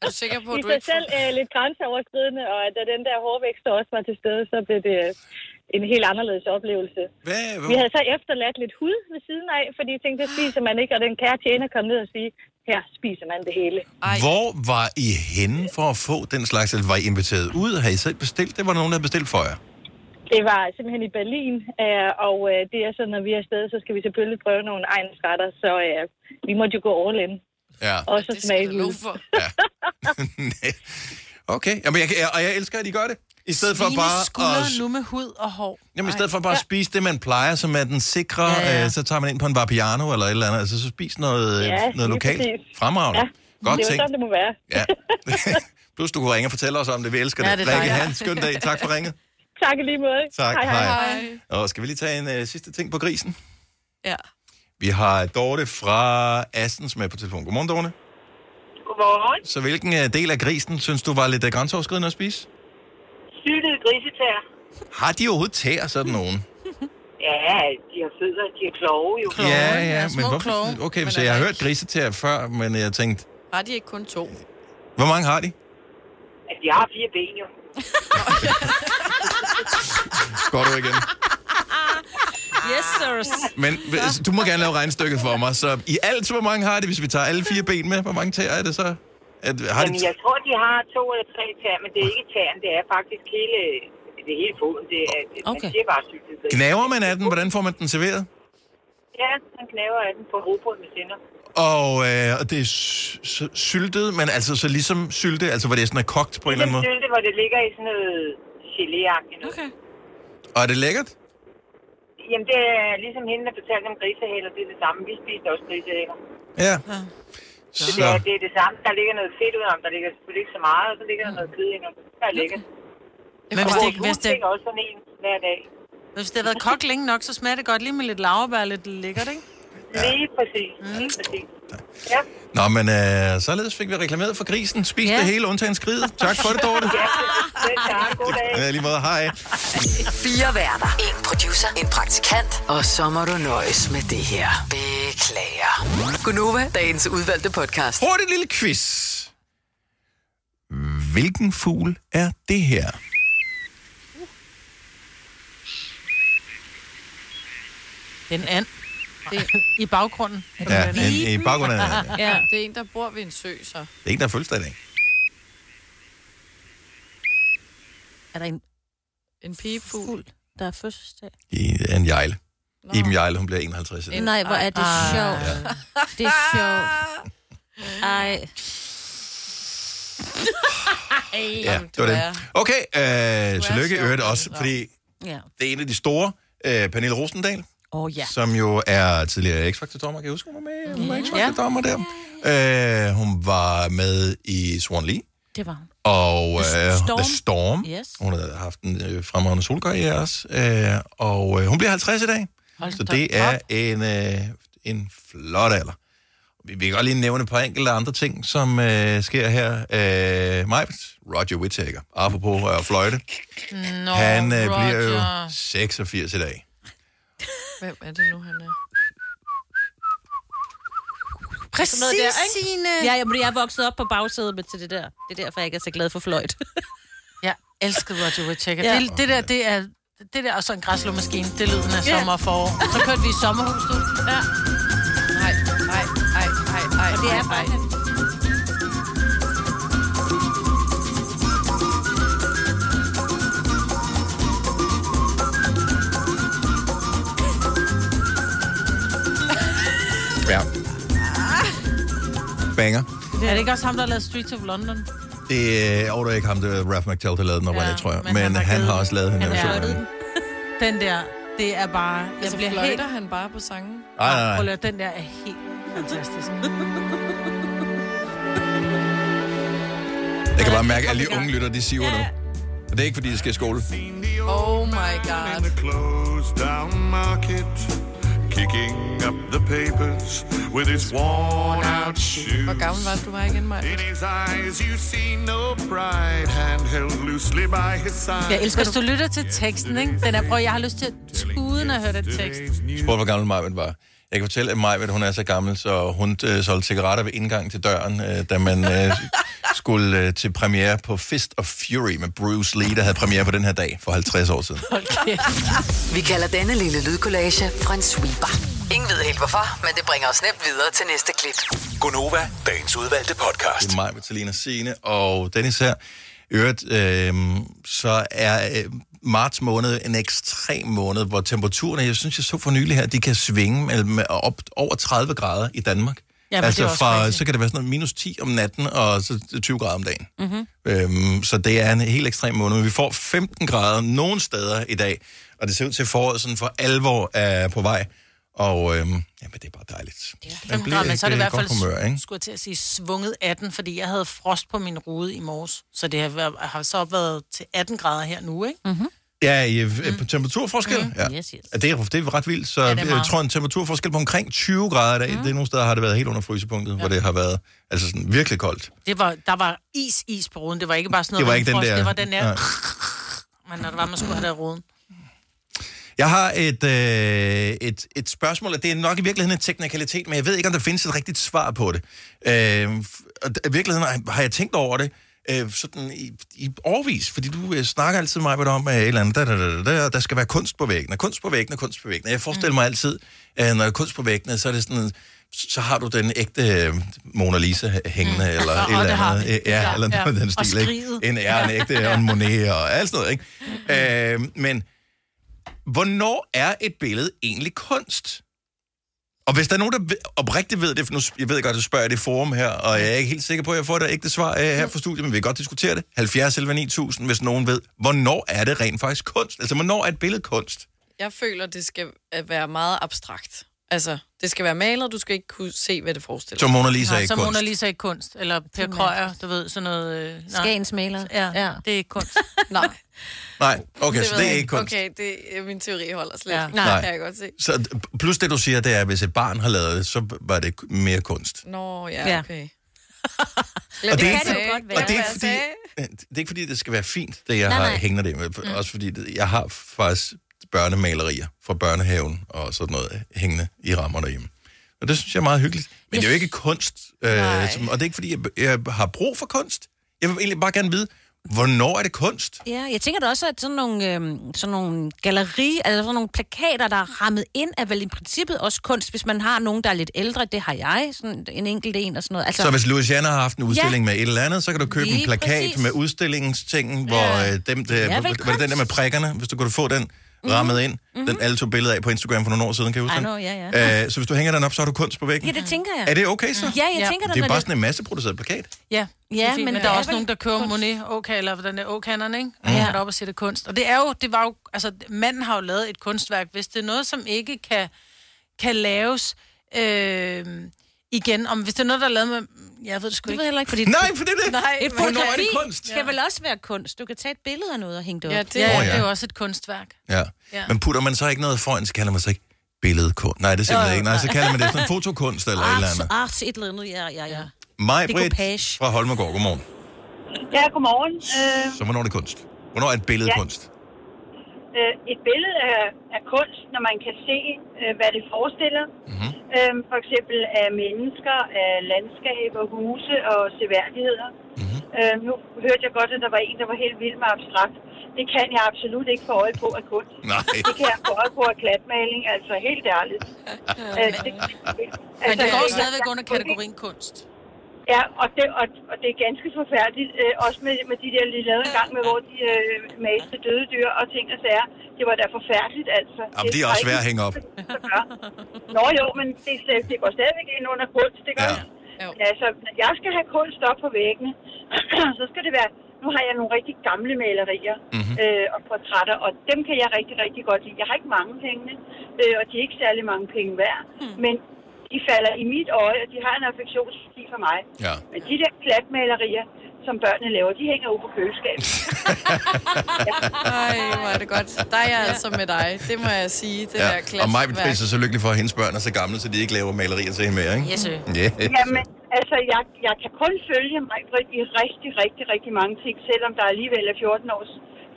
Speaker 1: Er du sikker på,
Speaker 18: i
Speaker 1: at du
Speaker 18: sig
Speaker 1: ikke får...
Speaker 18: selv øh, lidt grænseoverskridende, og da den der hårvækst der også var til stede, så blev det øh, en helt anderledes oplevelse.
Speaker 2: Hvad?
Speaker 18: Vi havde så efterladt lidt hud ved siden af, fordi jeg tænkte, det spiser man ikke, og den kære tjener kom ned og sige, her spiser man det hele.
Speaker 2: Hvor var I henne for at få den slags? Eller var I inviteret ud? Har I selv bestilt det? Var der nogen, der havde bestilt for jer?
Speaker 18: Det var simpelthen i Berlin, øh, og øh, det er sådan, når vi er afsted, så skal vi selvfølgelig prøve nogle egensretter, så øh, vi måtte jo gå all in.
Speaker 2: Ja.
Speaker 18: Og så smage ud.
Speaker 2: Okay, Jamen, jeg, kan- jeg, og jeg elsker, at I gør det. I stedet for bare at,
Speaker 3: skuldre nu med hud og hår.
Speaker 2: jamen, i stedet for bare at spise det, man plejer, som er den sikre, ja, ja. Øh, så tager man ind på en Vapiano eller et eller andet, altså så spis noget,
Speaker 18: Ja,
Speaker 2: ja,
Speaker 18: lige
Speaker 2: noget lokalt
Speaker 18: præcis.
Speaker 2: fremragende. Ja, Godt
Speaker 18: det er jo
Speaker 2: tænkt.
Speaker 18: sådan, det må være.
Speaker 2: Ja. Plus, du kunne ringe og fortælle os om det. Vi elsker
Speaker 18: Ja,
Speaker 2: det.
Speaker 18: det er
Speaker 2: Rikke,
Speaker 18: dejligt.
Speaker 2: have en skøn dag. Tak for ringet.
Speaker 18: Tak i lige måde.
Speaker 2: Tak,
Speaker 18: Hej, hej,
Speaker 2: hej.
Speaker 18: hej.
Speaker 2: Og skal vi lige tage en øh, sidste ting på grisen?
Speaker 1: Ja.
Speaker 2: Vi har Dorte fra Assens med på telefon. Godmorgen, Dorte.
Speaker 7: Godmorgen.
Speaker 2: Så hvilken øh, del af grisen synes du var lidt øh, grænseoverskridende at spise?
Speaker 7: Syltede grisetær.
Speaker 2: Har de overhovedet tæer sådan nogen?
Speaker 7: Ja, de har fødder, de er kloge jo.
Speaker 2: ja, ja, men hvorfor? okay, så jeg har hørt grisetæer før, men jeg tænkte,
Speaker 1: Har de ikke kun to?
Speaker 2: hvor mange har de?
Speaker 7: At de har fire ben jo.
Speaker 2: Går du igen.
Speaker 4: Yes, sirs.
Speaker 2: Men hvis- du må gerne lave regnstykket for mig, så i alt, hvor mange har de, hvis vi tager alle fire ben med? Hvor mange tæer er det så? At, har de
Speaker 7: Jamen, jeg tror, de har to eller tre tær, men det er ikke tæren, det er faktisk hele, det er hele foden. Det er, okay. Man siger bare syltet gris.
Speaker 2: Gnaver man af den? Hvordan får man den serveret?
Speaker 7: Ja, man knaver af den på robrød med sender.
Speaker 2: Og, øh, og det er sy- sy- syltet, men altså så ligesom syltet, altså hvor det sådan er kogt på en eller anden
Speaker 7: Den
Speaker 2: måde.
Speaker 7: sylte, hvor det ligger i sådan noget gelé noget. Okay.
Speaker 2: Og er det lækkert?
Speaker 7: Jamen, det er ligesom hende, der fortalte om grisehæler, det er det samme. Vi spiste også grisehæler.
Speaker 2: Ja.
Speaker 7: Så det er,
Speaker 2: Så,
Speaker 7: det er det samme. Der ligger noget fedt udenom, der ligger selvfølgelig ikke så meget, og så ligger der noget kød indenom. Der er lækkert.
Speaker 3: Mm. Men hvis det ikke- hvis
Speaker 7: hvis
Speaker 3: det-
Speaker 7: det... også sådan en hver dag.
Speaker 3: Hvis det har været kogt længe nok, så smager det godt lige med lidt laverbær og lidt lækkert, ikke? Mm.
Speaker 7: Lige præcis. Lige præcis.
Speaker 2: nå, men øh, således fik vi reklameret for grisen. Spis ja. det hele, undtagen skridet. Tak for det, Dorte.
Speaker 7: Selv tak. God dag.
Speaker 2: Ja, i lige måde, hej.
Speaker 5: Fire værter. En producer. En praktikant. Og så må du nøjes med det her. Beklager. Gunova, dagens udvalgte podcast.
Speaker 2: Hurtigt lille quiz. Hvilken fugl er det her?
Speaker 3: Det er en and. Det er i baggrunden.
Speaker 2: Ja, en- i baggrunden er det.
Speaker 1: Ja, det er en, der bor ved en sø, så.
Speaker 2: Det er ikke, der er fødselsdag i dag.
Speaker 4: Er der en,
Speaker 1: en pigefugl,
Speaker 4: der er fødselsdag?
Speaker 2: Det er en jejle. Iben Jejle, hun bliver 51. i dag.
Speaker 4: Nej, hvor er det
Speaker 2: Ej.
Speaker 4: sjovt.
Speaker 2: Ja.
Speaker 4: Det er sjovt. Ej.
Speaker 2: Ja, det var det. Okay, øh, tillykke i øvrigt også, fordi
Speaker 4: Ja.
Speaker 2: det er en af de store, øh, Pernille Rosendal,
Speaker 3: Åh, oh, ja.
Speaker 2: som jo er tidligere X-Factor-dommer, kan jeg huske, hun var med? Hun var
Speaker 4: Ja.
Speaker 2: X-Factor-dommer der. Øh, hun var med i Swan Lee,
Speaker 4: Det var hun.
Speaker 2: og
Speaker 4: The
Speaker 2: øh,
Speaker 4: Storm.
Speaker 2: The Storm.
Speaker 4: Yes.
Speaker 2: Hun har haft en øh, fremragende solkarriere også, øh, og øh, hun bliver 50 i dag,
Speaker 4: Hold
Speaker 2: så
Speaker 4: da
Speaker 2: det er
Speaker 4: op.
Speaker 2: en, øh, en flot alder. Vi vi kan godt lige nævne et par enkelte andre ting, som øh, sker her. Øh, Majbert, Roger Whittaker, apropos øh, fløjte.
Speaker 3: Nå,
Speaker 2: han øh,
Speaker 3: Roger.
Speaker 2: bliver jo 86 i dag.
Speaker 1: Hvem er det nu, han er?
Speaker 4: Præcis,
Speaker 3: noget der, ikke? Signe.
Speaker 4: Ja, jeg, jeg er vokset op på bagsædet med til det der. Det er derfor, jeg ikke er så glad for fløjt.
Speaker 3: Jeg elskede Roger Whittaker.
Speaker 4: Ja.
Speaker 3: Ja. Det, det der, det er... Det der og så en græslåmaskine, det lyder af
Speaker 4: Ja.
Speaker 3: sommer og forår. Så kørte vi i sommerhuset ud. Ja.
Speaker 1: Nej, nej, nej, nej, nej.
Speaker 3: Og det er bare
Speaker 2: Ja. Banger.
Speaker 3: Er det ikke også ham, der har lavet Streets of London?
Speaker 2: Det øh, overgår ikke ham, det var Ralph McTell, der lavede den oprindeligt, tror jeg. Men, han, har også lavet den her version. af den.
Speaker 3: Den der, det er bare... Jeg
Speaker 1: Altså,
Speaker 3: bliver
Speaker 1: fløjter
Speaker 3: helt...
Speaker 1: han bare på sangen?
Speaker 2: Nej, nej, nej.
Speaker 3: Prøv at lade, den der er helt fantastisk.
Speaker 2: Jeg kan bare mærke, at alle de unge lytter, de siver nu. Og det er ikke, fordi de skal i skole.
Speaker 1: Oh my god.
Speaker 19: In the closed down market, kicking up the papers with its worn out shoes.
Speaker 1: Hvor gammel var det, du var igen, Maja?
Speaker 19: In his eyes you see no pride, handheld loosely by his side.
Speaker 3: Jeg elsker, at du lytter til teksten, ikke? Den er, prøv, jeg har lyst til at tude, når jeg hører den tekst.
Speaker 2: Spurgte, hvor gammel Marvin var. Jeg kan fortælle, at Maj, at hun er så gammel, så hun øh, solgte cigaretter ved indgangen til døren, øh, da man øh, skulle øh, til premiere på Fist of Fury med Bruce Lee, der havde premiere på den her dag for 50 år siden.
Speaker 5: Vi kalder denne lille lydkollage Frans sweeper. Ingen ved helt hvorfor, men det bringer os nemt videre til næste klip.
Speaker 9: Gunova, dagens udvalgte podcast.
Speaker 2: Det er mig, Vitalina Signe og Dennis her. I øvrigt, øh, så er øh, marts måned en ekstrem måned, hvor temperaturen, jeg synes, jeg så for nylig her, de kan svinge mellem op over 30 grader i Danmark.
Speaker 12: Ja, men det
Speaker 2: altså
Speaker 12: er også
Speaker 2: fra,
Speaker 12: crazy.
Speaker 2: så kan det være sådan noget minus 10 om natten, og så 20 grader om dagen.
Speaker 12: Mm-hmm.
Speaker 2: Øhm, så det er en helt ekstrem måned. Men vi får 15 grader nogen steder i dag, og det ser ud til at foråret sådan for alvor er på vej. Og øhm, jamen, det er bare dejligt. Man bliver
Speaker 3: Nå, men så er det i
Speaker 2: ikke øh,
Speaker 3: hvert fald,
Speaker 2: godt humør, ikke?
Speaker 3: skulle jeg til at sige, svunget 18, fordi jeg havde frost på min rude i morges. Så det har, været- har så været til 18 grader her nu, ikke?
Speaker 1: Mhm.
Speaker 3: Mm-hmm.
Speaker 2: Ja, i, mm. på temperaturforskel. Mm. Ja.
Speaker 3: Yes, yes.
Speaker 2: Ja, Det, er, det er ret vildt, så
Speaker 3: Ja,
Speaker 2: ja,
Speaker 3: det er
Speaker 2: jeg
Speaker 3: meget.
Speaker 2: tror en temperaturforskel på omkring 20 grader i dag. Mm. Det er nogle steder, har det været helt under frysepunktet, ja. hvor det har været altså sådan virkelig koldt.
Speaker 3: Det var, der var is, is på ruden. Det var ikke bare sådan noget
Speaker 2: Det var ikke
Speaker 3: rimfrost.
Speaker 2: den der-
Speaker 3: Det var den der...
Speaker 2: Nej.
Speaker 3: Men når det var, man skulle have der ruden.
Speaker 2: Jeg har et, øh, et, et spørgsmål, og det er nok i virkeligheden en teknikalitet, men jeg ved ikke, om der findes et rigtigt svar på det. Øh, f- og d- I virkeligheden har- har jeg tænkt over det øh, sådan i, i årvis, fordi du øh, snakker altid meget om, at et eller andet, da, da, da, da, der skal være kunst på væggen, og kunst på væggen, og kunst på væggen. Jeg
Speaker 12: Mm.
Speaker 2: forestiller mig altid, øh, når der er kunst på væggen, så er det sådan så har du den ægte øh, Mona Lisa hængende, mm. eller
Speaker 12: Og-
Speaker 2: et
Speaker 12: og
Speaker 2: eller
Speaker 12: det har
Speaker 2: andet.
Speaker 12: vi.
Speaker 2: Øh, Ja,
Speaker 12: Ja,
Speaker 2: eller noget
Speaker 12: ja.
Speaker 2: ja. den
Speaker 12: Og
Speaker 2: stil, ikke?
Speaker 12: skriget.
Speaker 2: En er en ægte, og en Monet, og alt sådan noget, ikke?
Speaker 12: Mm.
Speaker 2: Øh, men hvornår er et billede egentlig kunst? Og hvis der er nogen, der ved, oprigtigt ved det, for nu sp- jeg ved godt, at du spørger i det forum her, og jeg er ikke helt sikker på, at jeg får det ægte svar øh, her fra studiet, men vi kan godt diskutere det. 70 eller 9000, hvis nogen ved, hvornår er det rent faktisk kunst? Altså, hvornår er et billede kunst?
Speaker 1: Jeg føler, det skal øh, være meget abstrakt. Altså, det skal være malet, du skal ikke kunne se, hvad det forestiller.
Speaker 2: Så Mona Lisa er
Speaker 1: Nej,
Speaker 2: ikke
Speaker 1: så
Speaker 2: kunst.
Speaker 3: Mona Lisa er ikke kunst. Eller Per Krøyer, du ved, sådan noget... Øh, nej.
Speaker 4: Skagensmaler.
Speaker 3: Ja, ja, det er ikke kunst.
Speaker 1: nej.
Speaker 2: Nej, okay, det så
Speaker 1: ved
Speaker 2: det er
Speaker 1: jeg
Speaker 2: ikke kunst. Okay.
Speaker 1: Okay, det, øh, min teori holder slet
Speaker 3: Ja.
Speaker 1: ikke.
Speaker 2: Nej.
Speaker 1: Nej. Kan jeg godt se.
Speaker 2: Så d- plus det, du siger, det er, at hvis et barn har lavet det, så var det k- mere kunst.
Speaker 1: Nå,
Speaker 3: Ja.
Speaker 1: ja, okay.
Speaker 2: Og
Speaker 1: og
Speaker 2: det
Speaker 1: det,
Speaker 2: er
Speaker 1: jeg
Speaker 2: ikke-
Speaker 1: sagde,
Speaker 2: og det er
Speaker 1: hvad
Speaker 2: ikke
Speaker 1: jeg
Speaker 2: fordi-
Speaker 1: sagde.
Speaker 2: Øh, Det er ikke fordi, det skal være fint, det jeg
Speaker 1: Nej,
Speaker 2: har
Speaker 1: nej.
Speaker 2: hængende det med. Mm. Også fordi det- jeg har faktisk børnemalerier fra børnehaven og sådan noget hængende i rammer derhjemme. Og det synes jeg er meget hyggeligt. Men det er jo ikke kunst, øh, som, og det er ikke fordi, jeg, jeg har brug for kunst. Jeg vil egentlig bare gerne vide, hvornår er det kunst?
Speaker 4: Ja, jeg tænker da også, at sådan nogle, øhm, sådan nogle galleri, altså sådan nogle plakater, der er rammet ind, er vel i princippet også kunst, hvis man har nogen, der er lidt ældre. Det har jeg, sådan en enkelt en og sådan noget.
Speaker 2: Altså, så hvis Louisiana har haft en udstilling
Speaker 4: Ja.
Speaker 2: ja, med et eller andet, så kan du købe en
Speaker 4: Lige
Speaker 2: plakat
Speaker 4: præcis.
Speaker 2: med udstillingstingen, hvor
Speaker 4: Ja.
Speaker 2: øh, dem, der,
Speaker 4: Ja, vel,
Speaker 2: ja, var det den der med prikkerne, hvis du kunne få den
Speaker 4: Mhm.
Speaker 2: rammet ind,
Speaker 4: Mhm.
Speaker 2: den alle tog billeder af på Instagram for nogle år siden, kan jeg huske
Speaker 4: I
Speaker 2: den?
Speaker 4: know, ja, ja.
Speaker 2: Øh, så hvis du hænger den op, så har du kunst på væggen.
Speaker 4: Ja, det tænker jeg. Mm.
Speaker 2: Er det okay så?
Speaker 4: Ja, jeg Ja. tænker da,
Speaker 2: Det er
Speaker 4: når
Speaker 2: jo bare
Speaker 4: det-
Speaker 2: sådan en masseproduceret plakat.
Speaker 3: Ja,
Speaker 4: Ja,
Speaker 3: ja fint, men,
Speaker 4: men
Speaker 3: men
Speaker 4: det
Speaker 3: der er
Speaker 4: er
Speaker 3: også
Speaker 4: vel
Speaker 3: nogen, der kører
Speaker 4: kunst.
Speaker 3: Monet, okay, eller den der Åkanderen, ikke?
Speaker 4: Mm.
Speaker 3: Og ja. op og siger, det er kunst. Og det er jo, det var jo, altså manden har jo lavet et kunstværk. Hvis det er noget, som ikke kan, kan laves øh, igen, om hvis det er noget, der er lavet med, jeg ved det sgu
Speaker 4: Det
Speaker 3: ikke.
Speaker 4: ved jeg heller ikke, fordi-
Speaker 2: Nej, for det er det.
Speaker 4: Nej, et
Speaker 2: Hvornår er det
Speaker 4: fotografi
Speaker 2: kunst?
Speaker 4: kan vel også være kunst. Du kan tage et billede af noget og hænge det op.
Speaker 3: Ja, det, ja,
Speaker 2: Åh,
Speaker 3: ja.
Speaker 2: ja.
Speaker 3: det er jo også et kunstværk.
Speaker 2: Ja.
Speaker 3: Ja.
Speaker 2: ja. Men putter man så ikke noget foran, så kalder man sig ikke billedkunst. Nej, det
Speaker 4: Jo,
Speaker 2: er
Speaker 4: jo,
Speaker 2: ikke. Nej, så
Speaker 4: nej.
Speaker 2: kalder man det sådan fotokunst eller et eller andet.
Speaker 4: Art, art, et eller andet, ja, ja, ja.
Speaker 2: Maj
Speaker 4: Det er
Speaker 2: Britt
Speaker 4: collage.
Speaker 2: fra Holmegård, godmorgen.
Speaker 24: Ja, godmorgen. Øh,
Speaker 2: Så hvornår er det kunst? Hvornår er et billede
Speaker 24: Ja.
Speaker 2: kunst?
Speaker 24: øh, et billede er, er kunst, når man kan se, øh, hvad det forestiller.
Speaker 2: Mhm.
Speaker 24: Mm-hmm. Øh, for eksempel af mennesker, af landskaber, huse og seværdigheder.
Speaker 2: Mhm.
Speaker 24: Mm-hmm. Øh, nu hørte jeg godt, at der var en, der var helt vild med abstrakt. Det kan jeg absolut ikke få øje på af kunst.
Speaker 2: Nej.
Speaker 24: Det kan jeg få øje på af klatmaling, altså helt ærligt. Øh, det-
Speaker 3: Men det
Speaker 24: jeg
Speaker 3: går
Speaker 24: tænker,
Speaker 3: stadigvæk
Speaker 24: jeg-
Speaker 3: under kategorien kunst.
Speaker 24: Ja, og det, og, og det er ganske forfærdeligt, øh, også med, med de der lige lavede en gang med, hvor de øh, maste døde dyr og ting og sager. Det var da forfærdeligt, altså.
Speaker 2: Jamen, de er
Speaker 24: var
Speaker 2: også
Speaker 24: ikke
Speaker 2: værd at hænge op.
Speaker 24: noget, der gør. Nå jo, men det, er slet- det går stadigvæk ind under kunst, det gør
Speaker 2: Ja.
Speaker 24: ja. Men altså, når jeg skal have kunst op på væggene, så skal det være, nu har jeg nogle rigtig gamle malerier
Speaker 2: Mhm.
Speaker 24: mm-hmm. øh, og portrætter, og dem kan jeg rigtig, rigtig godt lide. Jeg har ikke mange penge, øh, og de er ikke særlig mange penge værd,
Speaker 3: Hmm.
Speaker 24: mm. men de falder i mit øje, og de har en affektionsværdi for mig.
Speaker 2: Ja.
Speaker 24: Men de der klatmalerier, som børnene laver, de hænger ude på køleskabet.
Speaker 1: Ej, hvor er det godt. Der er jeg altså med dig. Det må jeg sige. Det der
Speaker 2: Ja.
Speaker 1: klasse.
Speaker 2: Og Maj Britt Friis er så lykkelig for, at hendes børn er så gamle, så de ikke laver malerier til hende mere, ikke?
Speaker 24: Yes, sir.
Speaker 2: Yeah.
Speaker 24: Jamen, altså, jeg, jeg kan kun følge mig Britt, i rigtig, rigtig, rigtig mange ting, selvom der alligevel er 14 års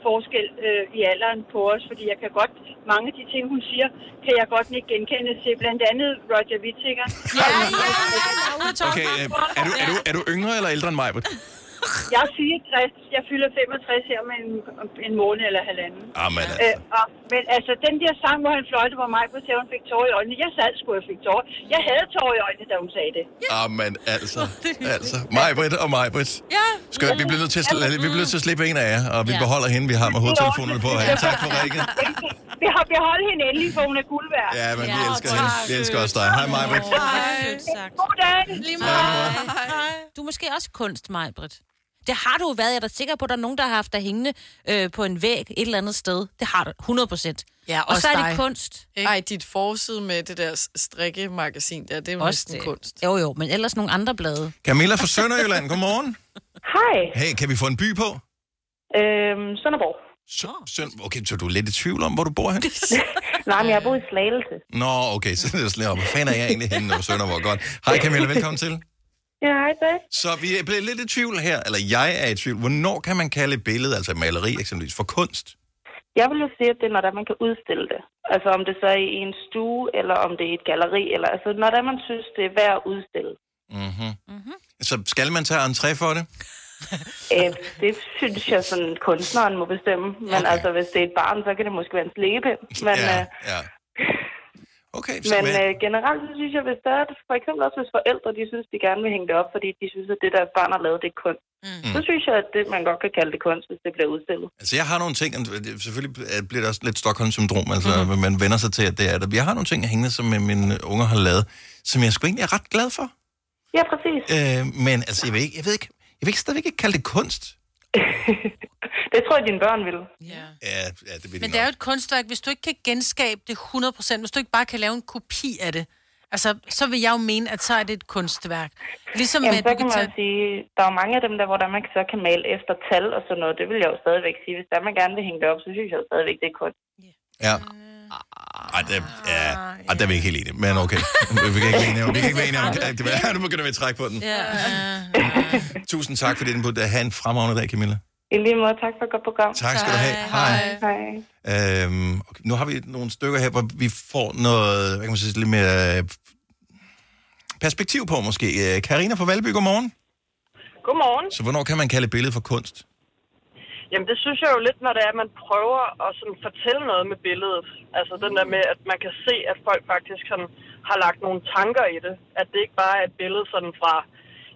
Speaker 24: forskel øh, i alderen på os, fordi jeg kan godt, mange af de ting, hun siger, kan jeg godt ikke genkende til, blandt andet Roger Whittaker. Ja, ja, ja,
Speaker 2: Okay, øh, er, du, er, du, er du yngre eller ældre end mig?
Speaker 24: Jeg er 64, jeg fylder 65 her om en, om en måned eller halvanden.
Speaker 2: Amen.
Speaker 24: Øh, og, men altså, den der sang, hvor han fløjte, hvor mig på hun fik tårer i øjnene. Jeg sad sgu, jeg fik tårer. Jeg havde tårer i øjnene, da hun sagde det.
Speaker 2: Amen, altså. altså. Majbrit og Majbrit.
Speaker 24: Ja.
Speaker 2: Skønt, vi bliver nødt til at, sl- vi bliver nødt til at slippe en af jer, og vi
Speaker 24: Ja.
Speaker 2: beholder hende, vi har med hovedtelefonerne på. Ja, tak for rækket.
Speaker 24: Vi har beholdt hende endelig, for hun er guld værd.
Speaker 2: Ja, men vi elsker hende. Vi elsker også dig. Hej, Majbrit.
Speaker 24: God dag.
Speaker 4: Lige Du er måske også kunst, mig, Britt. Det har du jo været. Jeg er da sikker på, at der er nogen, der har haft dig hængende øh, på en væg et eller andet sted. Det har du 100 procent.
Speaker 1: Ja,
Speaker 4: og så er det kunst.
Speaker 1: Ikke? Ej, dit forside med det der s- strikkemagasin der, det er jo
Speaker 4: Også
Speaker 1: næsten
Speaker 4: det.
Speaker 1: kunst.
Speaker 4: Jo, jo, men ellers nogle andre blade.
Speaker 2: Camilla fra Sønderjylland, godmorgen.
Speaker 12: Hej.
Speaker 2: Hey, kan vi få en by på?
Speaker 12: Øhm, Sønderborg.
Speaker 2: Sø- Søn- okay, så du er lidt i tvivl om, hvor du bor hen?
Speaker 12: Nej, men jeg har boet i Slagelse.
Speaker 2: Nå, okay, så det er slet Hvor fanden er jeg egentlig henne nu? Sønderborg, godt. Hej Camilla, velkommen til.
Speaker 12: Ja, hej tak.
Speaker 2: Så vi er blevet lidt i tvivl her, eller jeg er i tvivl. Hvornår kan man kalde et billede, altså et maleri eksempelvis, for kunst?
Speaker 12: Jeg vil jo sige, at det er, når der man kan udstille det. Altså om det så er i en stue, eller om det er i et galleri, eller altså når der man synes, det er værd at udstille.
Speaker 2: Mm-hmm. Mm-hmm. Så skal man tage entré for det?
Speaker 12: Øh, det synes jeg sådan, kunstneren må bestemme. Men okay. altså hvis det er et barn, så kan det måske være en slæbepind. Men, ja, øh,
Speaker 2: ja. Okay,
Speaker 12: men øh, generelt så synes jeg, hvis der er, for eksempel også hvis forældre, de synes, de gerne vil hænge det op, fordi de synes, at det deres barn har lavet, det er kunst. Mm. Så synes jeg, at det, man godt kan kalde det kunst, hvis det bliver udstillet.
Speaker 2: Altså, jeg har nogle ting, og det- selvfølgelig bliver det også lidt Stockholm-syndrom, altså, mm-hmm. man vender sig til, at det er der. Jeg har nogle ting hængende, som øh, mine unger har lavet, som jeg sgu egentlig er ret glad for.
Speaker 12: Ja, præcis.
Speaker 2: Øh, men altså, jeg vil, ikke, jeg, ved ikke, jeg vil ikke stadigvæk ikke kalde det kunst.
Speaker 12: Det tror jeg, dine børn vil.
Speaker 3: Ja.
Speaker 2: Ja, ja det vil de
Speaker 3: Men
Speaker 2: nok.
Speaker 3: det er jo et kunstværk. Hvis du ikke kan genskabe det 100%, hvis du ikke bare kan lave en kopi af det, altså, så vil jeg jo mene, at så er det et kunstværk. Ligesom
Speaker 12: Jamen,
Speaker 3: at
Speaker 12: så
Speaker 3: du
Speaker 12: kan
Speaker 3: kan
Speaker 12: man
Speaker 3: tage...
Speaker 12: sige, der er jo mange af dem der, hvor der man så kan male efter tal og sådan noget. Det vil jeg jo stadigvæk sige. Hvis der man gerne vil hænge det op, så synes jeg jo stadigvæk, det er kunst.
Speaker 2: Ja. Ej, det, ja. Ej, der er vi ikke helt enige, men okay. Vi kan ikke være enige om, vi kan ikke være enige om, det var, nu begynder vi at trække på den.
Speaker 12: Ja.
Speaker 2: Tusind tak for det input. Ha' en fremragende dag, Camilla.
Speaker 12: I lige måde, tak for et godt program.
Speaker 2: Tak skal du have. Hej.
Speaker 12: Hej.
Speaker 2: Øhm, okay, nu har vi nogle stykker her, hvor vi får noget, hvad kan man sige, lidt mere øh, perspektiv på måske. Øh, Karina fra Valby, godmorgen.
Speaker 25: Godmorgen.
Speaker 2: Så hvornår kan man kalde et billede for kunst?
Speaker 25: Jamen, det synes jeg jo lidt, når det er, at man prøver at sådan fortælle noget med billedet. Altså den der med, at man kan se, at folk faktisk sådan, har lagt nogle tanker i det. At det ikke bare er et billede sådan fra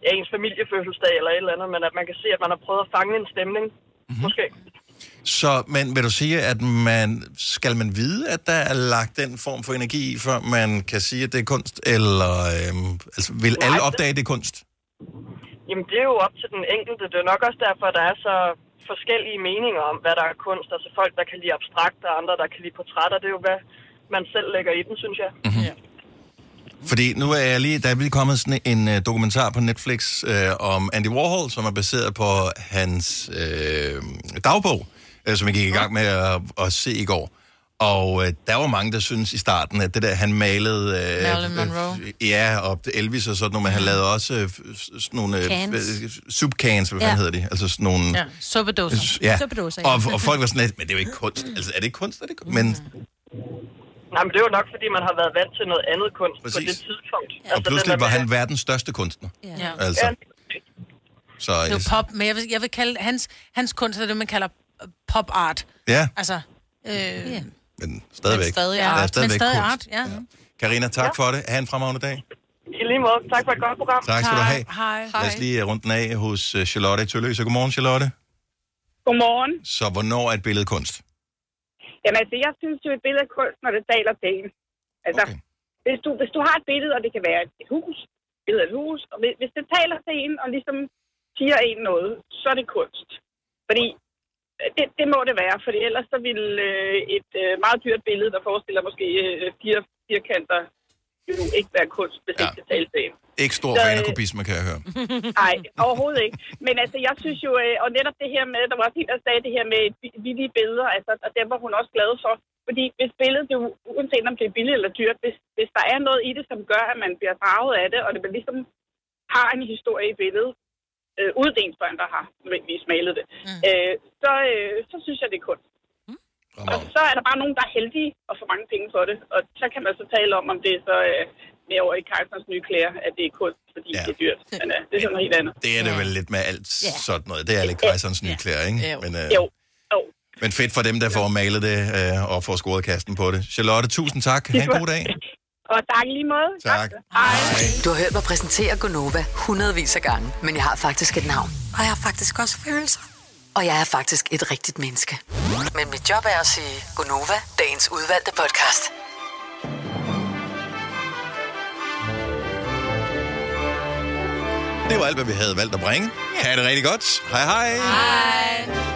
Speaker 25: ja, ens familiefødselsdag eller et eller andet, men at man kan se, at man har prøvet at fange en stemning.
Speaker 15: Mhm.
Speaker 25: Mm-hmm. Måske.
Speaker 2: Så men vil du sige, at man, skal man vide, at der er lagt den form for energi i, før man kan sige, at det er kunst? Eller øhm, altså, vil
Speaker 25: Nej,
Speaker 2: alle
Speaker 25: det-
Speaker 2: opdage, at det er kunst?
Speaker 25: Jamen, det er jo op til den enkelte. Det er nok også derfor, at der er så forskellige meninger om, hvad der er kunst. Altså folk, der kan lide abstrakt, og andre, der kan lide portrætter. Det er jo, hvad man selv lægger i den, synes jeg.
Speaker 2: Mm-hmm. Fordi nu er jeg lige, der er lige kommet sådan en uh, dokumentar på Netflix uh, om Andy Warhol, som er baseret på hans uh, dagbog, uh, som jeg gik i gang med at, at se i går. Og uh, der var mange, der synes i starten, at det der, han malede... Uh,
Speaker 1: Marilyn Monroe.
Speaker 2: Øh, ja, og Elvis og sådan noget, men han lavede også øh, f- sådan nogle... Øh,
Speaker 3: Cans.
Speaker 2: f- subcans, hvad
Speaker 3: Ja.
Speaker 2: fanden hedder de? Altså sådan nogle...
Speaker 3: Ja, suppedåser.
Speaker 2: Ja, og, og folk var sådan lidt, men det er jo ikke kunst. Altså, er det ikke kunst? Er det ikke kunst? Men
Speaker 3: Mm.
Speaker 25: Nej, men det er jo nok, fordi man har været vant til noget andet kunst Præcis. på
Speaker 2: Præcis.
Speaker 25: det tidspunkt. Altså,
Speaker 2: og pludselig var han verdens største kunstner.
Speaker 3: Ja.
Speaker 2: Altså, så, øh,
Speaker 3: Det er jo pop, men jeg vil, jeg vil kalde hans, hans kunst, er det, man kalder øh, pop art.
Speaker 2: ja,
Speaker 3: Altså, øh, yeah.
Speaker 2: stadigvæk. Ja,
Speaker 3: Men
Speaker 2: stadigvæk
Speaker 3: stadig
Speaker 2: kunst.
Speaker 3: art, ja. ja.
Speaker 2: Karina, tak ja. for det. Ha' en fremragende dag.
Speaker 25: I lige måde. Tak for et godt program.
Speaker 2: Tak skal du have.
Speaker 25: Hej.
Speaker 2: Lad os lige øh, runde den af hos øh, Charlotte i Tølløse. Godmorgen, Charlotte.
Speaker 25: Godmorgen.
Speaker 2: Så hvornår er et billede kunst?
Speaker 14: Jamen altså, jeg synes jo, et billede er kunst, når det taler til en. Altså, okay. hvis, du, hvis du har et billede, og det kan være et hus, et billede af et hus, og hvis, hvis det taler til en og ligesom siger en noget, så er det kunst. Fordi øh, det, det må det være, for ellers så vil øh, et øh, meget dyrt billede, der forestiller måske øh, fire firkanter, jo ikke være kunst, hvis ja. ikke det taler til en.
Speaker 2: Ikke stor
Speaker 14: Så,
Speaker 2: fan af
Speaker 14: øh,
Speaker 2: kubisme, kan jeg høre.
Speaker 14: Nej, overhovedet ikke. Men altså, jeg synes jo, øh, og netop det her med, der var også en, der sagde det her med vi- vilde billeder, altså, og dem var hun også glad for. Fordi hvis billedet, det, er jo- uanset om det er billigt eller dyrt, hvis, hvis der er noget i det, som gør, at man bliver draget af det, og det man ligesom har en historie i billedet, øh, uden ens børn, der har nødvendigvis malet det, mm. øh, så, øh, så synes jeg, det er kunst. Mm. Og så er der bare nogen, der er heldige og får mange penge for det. Og så kan man så tale om, om det er så øh, mere over i Kajsons nye klæder, at det er kunst, fordi ja. det er dyrt. Men øh, det er sådan noget helt andet.
Speaker 2: Det er det vel lidt med alt sådan noget. Det er lidt kejserens nye klæder, ikke? Men, øh,
Speaker 14: Jo.
Speaker 2: men fedt for dem, der får malet det øh, og får scoret kasten på det. Charlotte, tusind tak. Ha' en god dag.
Speaker 14: Og tak i lige måde.
Speaker 2: Tak.
Speaker 5: Du har hørt mig præsentere Gonova hundredvis af gange, men jeg har faktisk et navn. Og jeg har faktisk også følelser. Og jeg er faktisk et rigtigt menneske. Men mit job er at sige Gonova, dagens udvalgte podcast.
Speaker 2: Det var alt, hvad vi havde valgt at bringe. Ha' det rigtig godt. Hej hej.
Speaker 5: Hej.